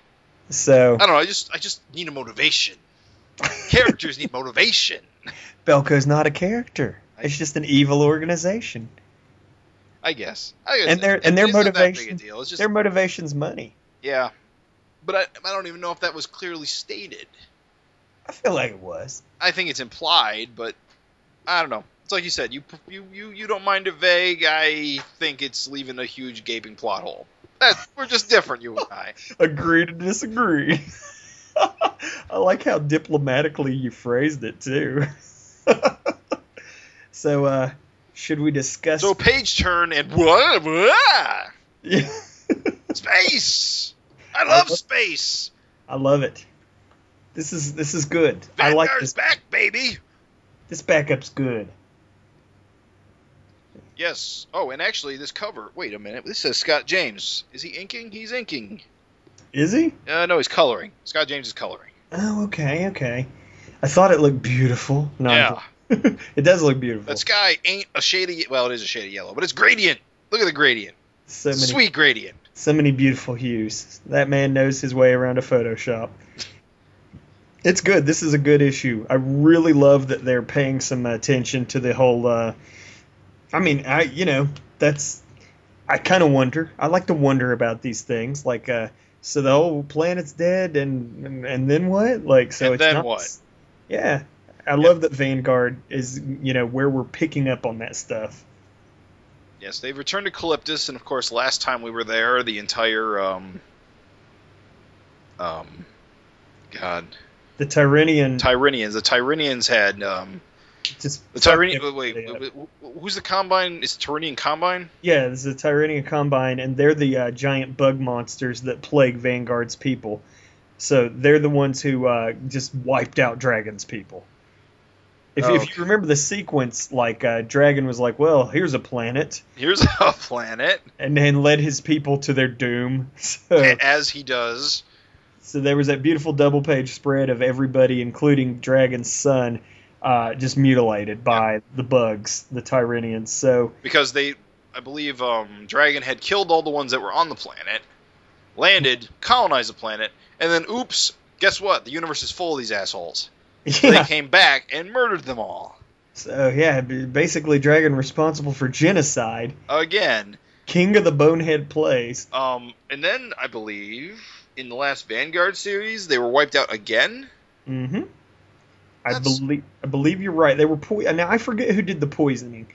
C: So,
A: I don't know. I just I just need a motivation. Uh, Characters
C: [LAUGHS]
A: need motivation.
C: Belko's not a character. It's just an evil organization.
A: I guess. I guess
C: And their-
A: it-
C: and their
A: it isn't that big a
C: motivation-
A: deal. It's just
C: Their motivation's money.
A: yeah. But I, I don't even know if that was clearly stated.
C: I feel like it was.
A: I think it's implied, but I don't know. It's like you said, you you you, you don't mind it vague. I think it's leaving a huge gaping plot hole. That, we're just different, you and
C: [LAUGHS]
A: I.
C: Agree to disagree. [LAUGHS] I like how diplomatically you phrased it too. [LAUGHS] so, uh, should we discuss?
A: So page turn and blah, blah,
C: Yeah.
A: space. I love space.
C: [LAUGHS] I love it. This is this is good. I like
A: Vanguard's
C: this.
A: back, baby.
C: This backup's good.
A: Yes. Oh, and actually, this cover. Wait a minute. This says Scott James. Is he inking? He's inking.
C: Is he?
A: Uh, no, he's coloring. Scott James is coloring.
C: Oh, okay, okay. I thought it looked beautiful. No, I'm kidding. [LAUGHS] it does look beautiful.
A: That sky ain't a shady. Well, it is a shade of yellow, but it's gradient. Look at the gradient.
C: so many,
A: Sweet gradient.
C: so many beautiful hues. That man knows his way around a Photoshop. It's good. This is a good issue. I really love that they're paying some attention to the whole. Uh, I mean, I you know that's. I kind of wonder. I like to wonder about these things. Like, uh, so the whole planet's dead, and and, and then what? Like, so
A: And
C: it's
A: then
C: not-
A: what?
C: Yeah, I love that Vanguard is you know where we're picking up on that stuff.
A: Yes, they've returned to Calyptus, and of course, last time we were there, the entire um, um, God,
C: The Tyrannian
A: Tyranians. The Tyranians had um,
C: just
A: the Tyranian.
C: [LAUGHS]
A: Wait,
C: Yeah.
A: wait, wait, wh- who's the Combine? Is Tyranian Combine?
C: Yeah, this is the Tyranian Combine, and they're the uh, giant bug monsters that plague Vanguard's people. So they're the ones who uh, just wiped out Dragon's people. If,
A: Oh,
C: if you remember the sequence, like uh, Dragon was like, "Well, here's a planet,"
A: Here's [LAUGHS] a planet,
C: and then led his people to their doom. [LAUGHS] So,
A: a- as he does.
C: so there was that beautiful double page spread of everybody, including Dragon's son, uh, just mutilated by the bugs, the Tyranians. So [LAUGHS]
A: because they, I believe, um, Dragon had killed all the ones that were on the planet, landed, colonized the planet, and then, oops, guess what? The universe is full of these
C: [LAUGHS]
A: assholes. So They came back and murdered them all
C: So yeah, b- basically Dragon responsible for genocide,
A: again.
C: king of the bonehead plays.
A: Um, and then I believe in the last Vanguard series, they were wiped out again.
C: Mm-hmm. I
A: That's-
C: believe I believe you're right. They were po- now I forget who did the poisoning,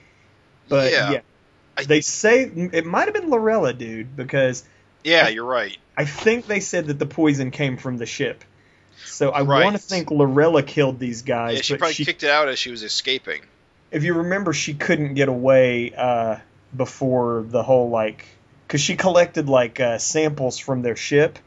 C: but yeah,
A: yeah, I-
C: they say it might have been Lorella, dude, because
A: Yeah, you're right.
C: I think they said that the poison came from the ship. So I
A: Right.
C: want to think Lorella killed these guys,
A: Yeah, she
C: but
A: probably
C: she,
A: kicked it out as she was escaping.
C: if you remember, she couldn't get away uh, before the whole like because she collected like uh, samples from their ship,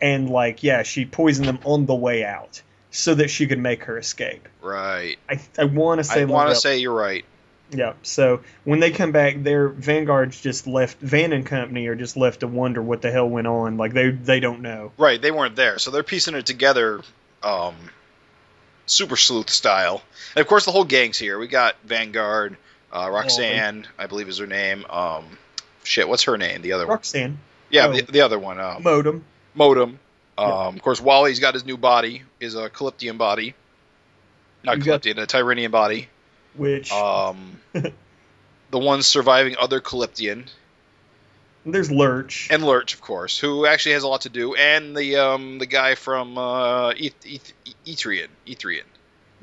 C: and like yeah, she poisoned them on the way out so that she could make her escape.
A: Right.
C: I I want to say
A: I want to
C: Lorel-
A: say you're right.
C: yeah. So when they come back, their vanguards just left. Van and company are just left to wonder what the hell went on. Like they they don't know.
A: Right, they weren't there, so they're piecing it together, um, super sleuth style. And of course, the whole gang's here. We got Vanguard, uh,
C: Oh,
A: Roxanne, I believe is her name. Um, shit, what's her name? The other one?
C: Roxanne
A: Yeah,
C: Mo.
A: the, the other one. Um,
C: modem.
A: Modem. Um, of course, Wally's got his new body, is a Calyptian body, not
C: You got-
A: Calyptian, a Tyranian body.
C: Which
A: Um, [LAUGHS] the one surviving other Calyptian,
C: there's Lurch.
A: and Lurch, of course, who actually has a lot to do, and the um, the guy from uh, Eth- Eth- Etrian, Etrian.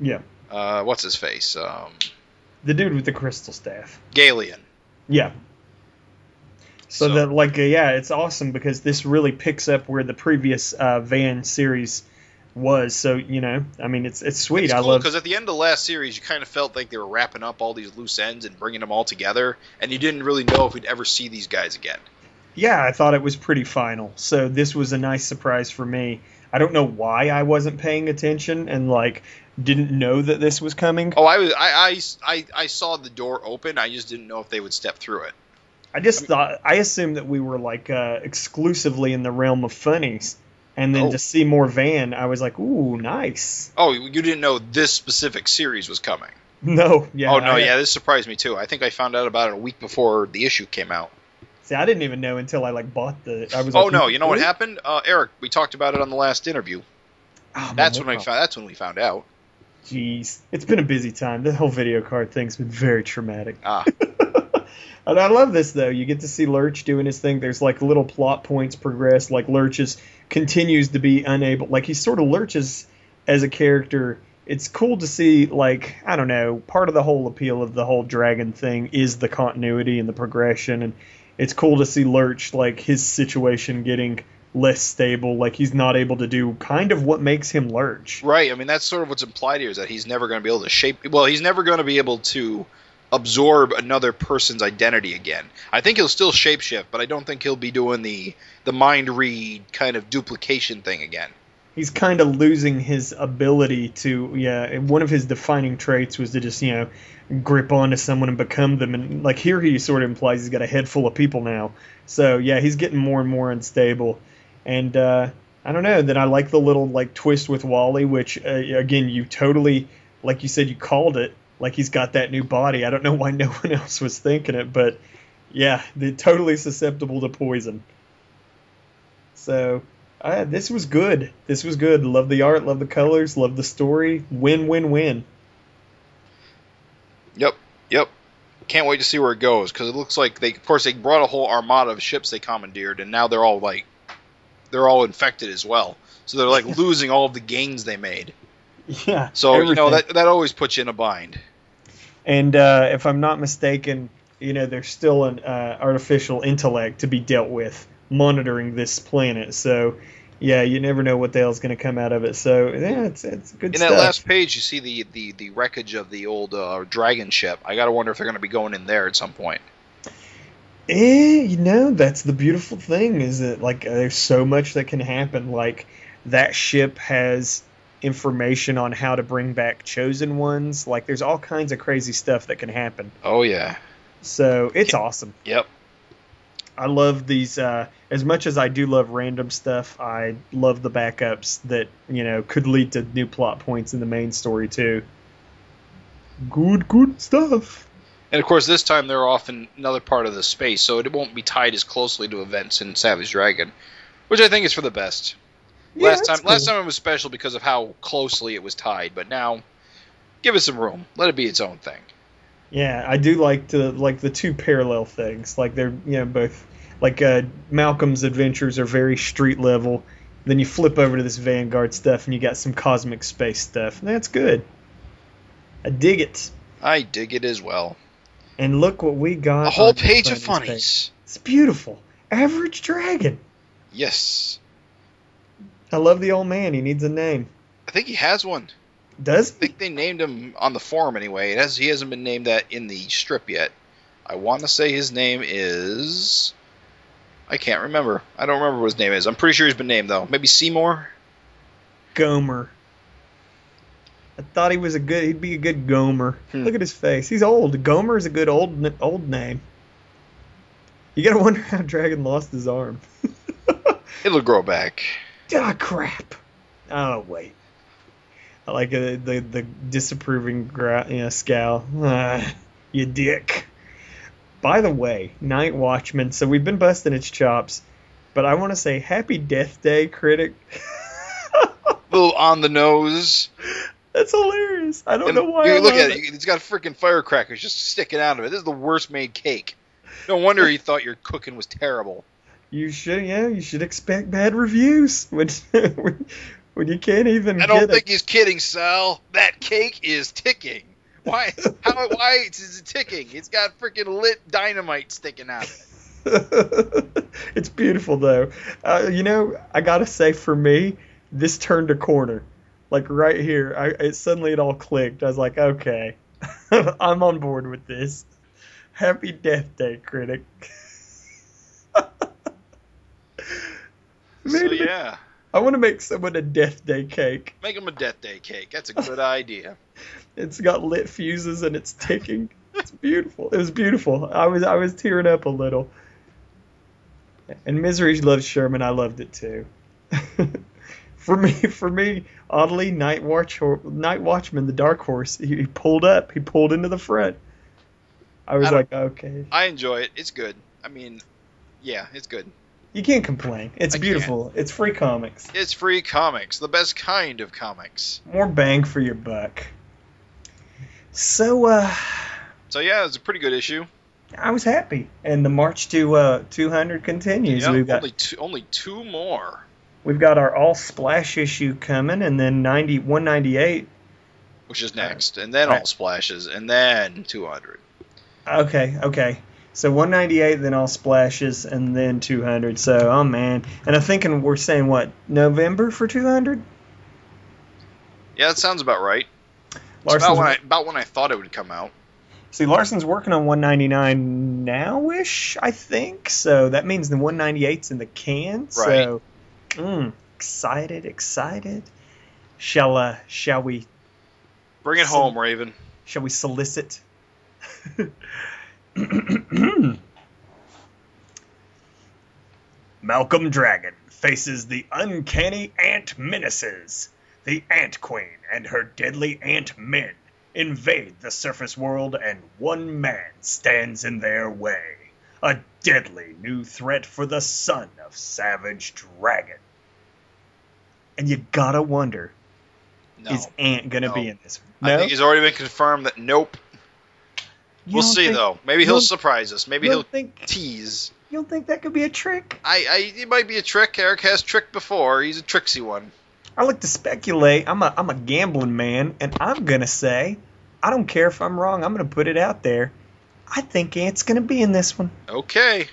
C: yeah,
A: Uh, what's his face? Um,
C: the dude with the crystal staff.
A: Galen.
C: Yeah. So,
A: So-
C: that like uh, yeah, it's awesome because this really picks up where the previous uh, Van series was. So you know, I mean, it's it's sweet.
A: It's
C: I
A: cool
C: love.
A: because at the end of the last series, you kind of felt like they were wrapping up all these loose ends and bringing them all together, and you didn't really know if we'd ever see these guys again.
C: Yeah, I thought it was pretty final. So this was a nice surprise for me. I don't know why I wasn't paying attention and like didn't know that this was coming.
A: Oh, I was I, I, I, I saw the door open. I just didn't know if they would step through it.
C: I just thought I assumed that we were like uh, exclusively in the realm of funnies, and then
A: Oh.
C: to see more Van, I was like, ooh, nice. [LAUGHS]
A: Oh, you didn't know this specific series was coming.
C: No, yeah.
A: oh no,
C: I-
A: yeah, this surprised me too. I think I found out about it a week before the issue came out.
C: See, I didn't even know until I like bought the. I was.
A: Oh
C: like,
A: no, you know what
C: "Ooh."
A: happened, uh, Eric? We talked about it on the last interview.
C: Oh, my
A: That's when I
C: God.
A: found. That's when we found out.
C: Jeez, it's been a busy time. The whole video card thing's been very traumatic. [LAUGHS]
A: Ah, [LAUGHS]
C: And I love this though. You get to see Lurch doing his thing. There's like little plot points progress. Like Lurch is continues to be unable. Like he sort of lurches as a character. It's cool to see. Like I don't know. Part of the whole appeal of the whole dragon thing is the continuity and the progression. And it's cool to see Lurch like his situation getting less stable. Like he's not able to do kind of what makes him Lurch.
A: right. I mean, that's sort of what's implied here is that he's never going to be able to shape. Well, he's never going to be able to absorb another person's identity again. I think he'll still shapeshift, but I don't think he'll be doing the the mind read kind of duplication thing again.
C: he's kind of losing his ability to yeah and one of his defining traits was to just you know grip onto someone and become them and like here he sort of implies he's got a head full of people now so yeah he's getting more and more unstable and uh i don't know then i like the little like twist with wally which uh, again you totally like you said you called it like he's got that new body i don't know why [LAUGHS] no one else was thinking it but yeah they're totally susceptible to poison so uh, this was good. This was good. Love the art, love the colors, love the story. Win, win, win.
A: Yep, yep. Can't wait to see where it goes because it looks like they, of course, they brought a whole armada of ships they commandeered, and now they're all like, they're all infected as well. So they're like [LAUGHS] losing all of the gains they made.
C: Yeah.
A: So you know
C: everything.
A: that that always puts you in a bind.
C: And uh, if I'm not mistaken, you know there's still an uh, artificial intellect to be dealt with monitoring this planet. So yeah, you never know what the hell's going to come out of it. So yeah, it's it's good
A: In
C: stuff.
A: that last page, you see the the the wreckage of the old uh, dragon ship. I gotta wonder if they're gonna be going in there at some point.
C: Eh, you know, that's the beautiful thing is that like uh, there's so much that can happen. Like that ship has information on how to bring back chosen ones. Like there's all kinds of crazy stuff that can happen.
A: Oh yeah.
C: So it's awesome.
A: Yep.
C: I love these. Uh, as much as I do love random stuff, I love the backups that you know could lead to new plot points in the main story too. Good, good stuff.
A: And of course, this time they're off in another part of the space, so it won't be tied as closely to events in Savage Dragon, which I think is for the best.
C: Yeah,
A: last time,
C: that's
A: last
C: cool.
A: time it was special because of how closely it was tied, but now, give it some room. Let it be its own thing.
C: Yeah, I do like to like the two parallel things. Like they're you know both like uh, Malcolm's adventures are very street level. Then you flip over to this Vanguard stuff, and you got some cosmic space stuff. And that's good. I dig it.
A: I dig it as well.
C: And look what we got.
A: A whole
C: on the
A: page of
C: funnies page.
A: funnies.
C: It's beautiful. Average Dragon.
A: Yes,
C: I love the old man. He needs a name.
A: I think he has one.
C: Does
A: I
C: he?
A: think they named him on the forum anyway. It has he hasn't been named that in the strip yet. I want to say his name is. I can't remember. I don't remember what his name is. I'm pretty sure he's been named though. Maybe Seymour.
C: Gomer. I thought he was a good. He'd be a good Gomer.
A: Hmm.
C: Look at his face. He's old. Gomer is a good old n- old name. You gotta wonder [LAUGHS] how Dragon lost his arm. [LAUGHS]
A: It'll grow back.
C: Ah, crap. Oh wait. I like uh, the the disapproving growl, you know, scowl. Ah, you dick. By the way, Night Watchman. So we've been busting its chops, but I want to say Happy Death Day, critic. [LAUGHS]
A: little on the nose.
C: That's hilarious. I don't
A: And
C: know why.
A: you
C: I
A: look
C: love
A: at it. It's got freaking firecrackers just sticking out of it. This is the worst made cake. No wonder he thought your cooking was terrible.
C: You should, yeah, you should expect bad reviews when [LAUGHS] when, when you can't even
A: I don't
C: get
A: think he's kidding, Sal. That cake is ticking. Why? How? Why is it ticking? It's got freaking lit dynamite sticking out. of it.
C: it. [LAUGHS] it's beautiful though. Uh, you know, I gotta say, for me, this turned a corner. Like right here, I it suddenly it all clicked. I was like, okay, [LAUGHS] I'm on board with this. Happy Death Day, [LAUGHS] critic.
A: So
C: Made me
A: yeah,
C: I want to make someone a death day cake.
A: Make them a death day cake. That's a
C: [LAUGHS]
A: good idea.
C: It's got lit fuses and it's ticking. It's beautiful. It was beautiful. I was I was tearing up a little. And Misery loves Sherman. I loved it too. [LAUGHS] for me, for me, oddly, Night Watch Night Watchman, the Dark Horse, he, he pulled up. He pulled into the front. I was
A: I don't-
C: like, okay,
A: I enjoy it. It's good. I mean, yeah, it's good.
C: you can't complain. It's
A: I can't.
C: beautiful. It's free comics.
A: It's free comics, the best kind of comics.
C: More bang for your buck. So, uh,
A: So yeah, it's a pretty good issue.
C: I was happy, and the march to uh, 200 continues.
A: Yeah,
C: we've got
A: only two, only two more.
C: we've got our all splash issue coming, and then 90 198
A: Which is next, and then
C: Alright.
A: all splashes, and then 200.
C: Okay, okay. So 198, then all splashes, and then 200. So, oh man. And I'm thinking we're saying what November for 200?
A: Yeah, that sounds about right. It's
C: Larson's,
A: about when I about when I thought it would come out.
C: see, Larson's working on 199 now-ish, I think. So that means the 198's in the can. So, mm, excited, excited. Shall uh, shall we
A: Bring it
C: So-
A: home, Raven.
C: Shall we solicit? [CLEARS THROAT] Malcolm Dragon faces the uncanny ant menaces. The Ant Queen and her deadly ant men invade the surface world, and one man stands in their way. A deadly new threat for the son of Savage Dragon. And you gotta wonder
A: No,
C: is Ant gonna
A: No.
C: be in this?
A: I think it's already been confirmed that nope.
C: You
A: we'll
C: don't
A: see
C: think-
A: though. Maybe
C: you
A: he'll
C: don't-
A: surprise us. Maybe
C: you
A: he'll
C: don't think
A: tease.
C: you don't think that could be a trick?
A: I, I it might be a trick. Eric has tricked before. He's a tricksy one.
C: I like to speculate. I'm a I'm a gambling man, and I'm gonna say, I don't care if I'm wrong. I'm gonna put it out there. I think Ant's gonna be in this one.
A: Okay.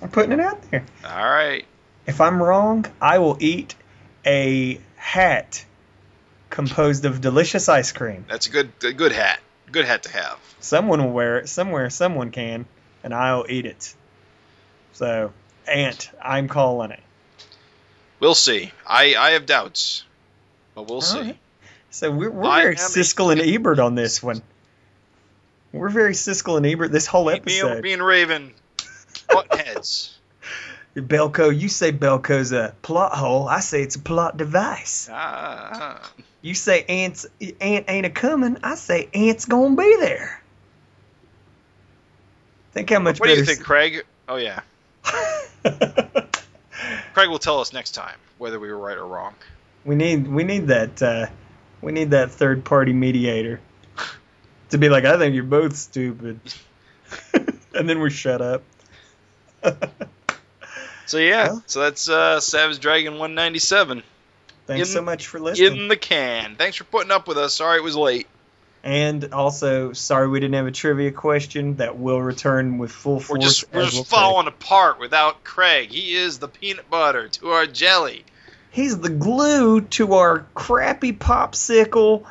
C: I'm putting it out there.
A: All right.
C: If I'm wrong, I will eat a hat composed of delicious ice cream.
A: That's a good a good hat. Good hat to have.
C: Someone will wear it somewhere. Someone can, and I'll eat it. So, Ant, I'm calling it.
A: We'll see. I I have doubts, but we'll
C: All
A: see.
C: right. So we're, we're
A: I
C: very
A: am
C: Siskel and Ebert on this one. We're very Siskel and Ebert this whole
A: Me, and-
C: episode.
A: me and Raven, butt heads.
C: [LAUGHS]
A: [LAUGHS]
C: Belko, you say Belko's a plot hole. I say it's a plot device.
A: Ah,
C: You say ants ant ain't a coming. I say ants gonna be there. Think how much
A: what do
C: better.
A: you think, Craig? Oh yeah,
C: [LAUGHS]
A: Craig will tell us next time whether we were right or wrong.
C: we need we need that uh, we need that third party mediator [LAUGHS] to be like I think you're both stupid, [LAUGHS] and then we shut up. [LAUGHS]
A: So yeah,
C: Well.
A: so that's uh, Savage Dragon 197
C: Thanks
A: In-
C: so much for listening.
A: in the can. Thanks for putting up with us. Sorry it was late.
C: and also, sorry we didn't have a trivia question that will return with full
A: We're
C: force.
A: just we're
C: as
A: just
C: we'll
A: falling apart without Craig. He is the peanut butter to our jelly.
C: say. He's the glue to our crappy popsicle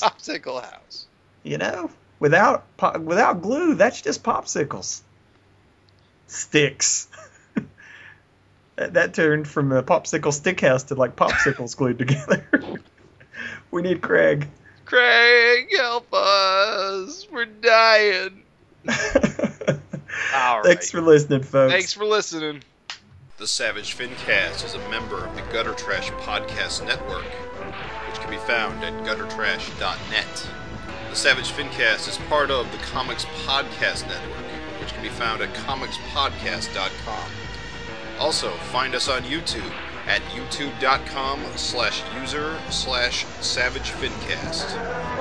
A: [LAUGHS] Popsicle house.
C: you know, without po- without glue, that's just popsicles. Sticks. [LAUGHS] that, that turned from a popsicle stick house to like popsicles glued together. [LAUGHS] we need Craig. [LAUGHS]
A: Craig, help us. We're dying. All
C: Thanks for listening, folks.
A: Thanks for listening. The Savage Fincast is a member of the Gutter Trash Podcast Network, which can be found at guttertrash.net. The Savage Fincast is part of the Comics Podcast Network, which can be found at comicspodcast.com. Also, find us on YouTube at youtube.com slash user slash savage fincast.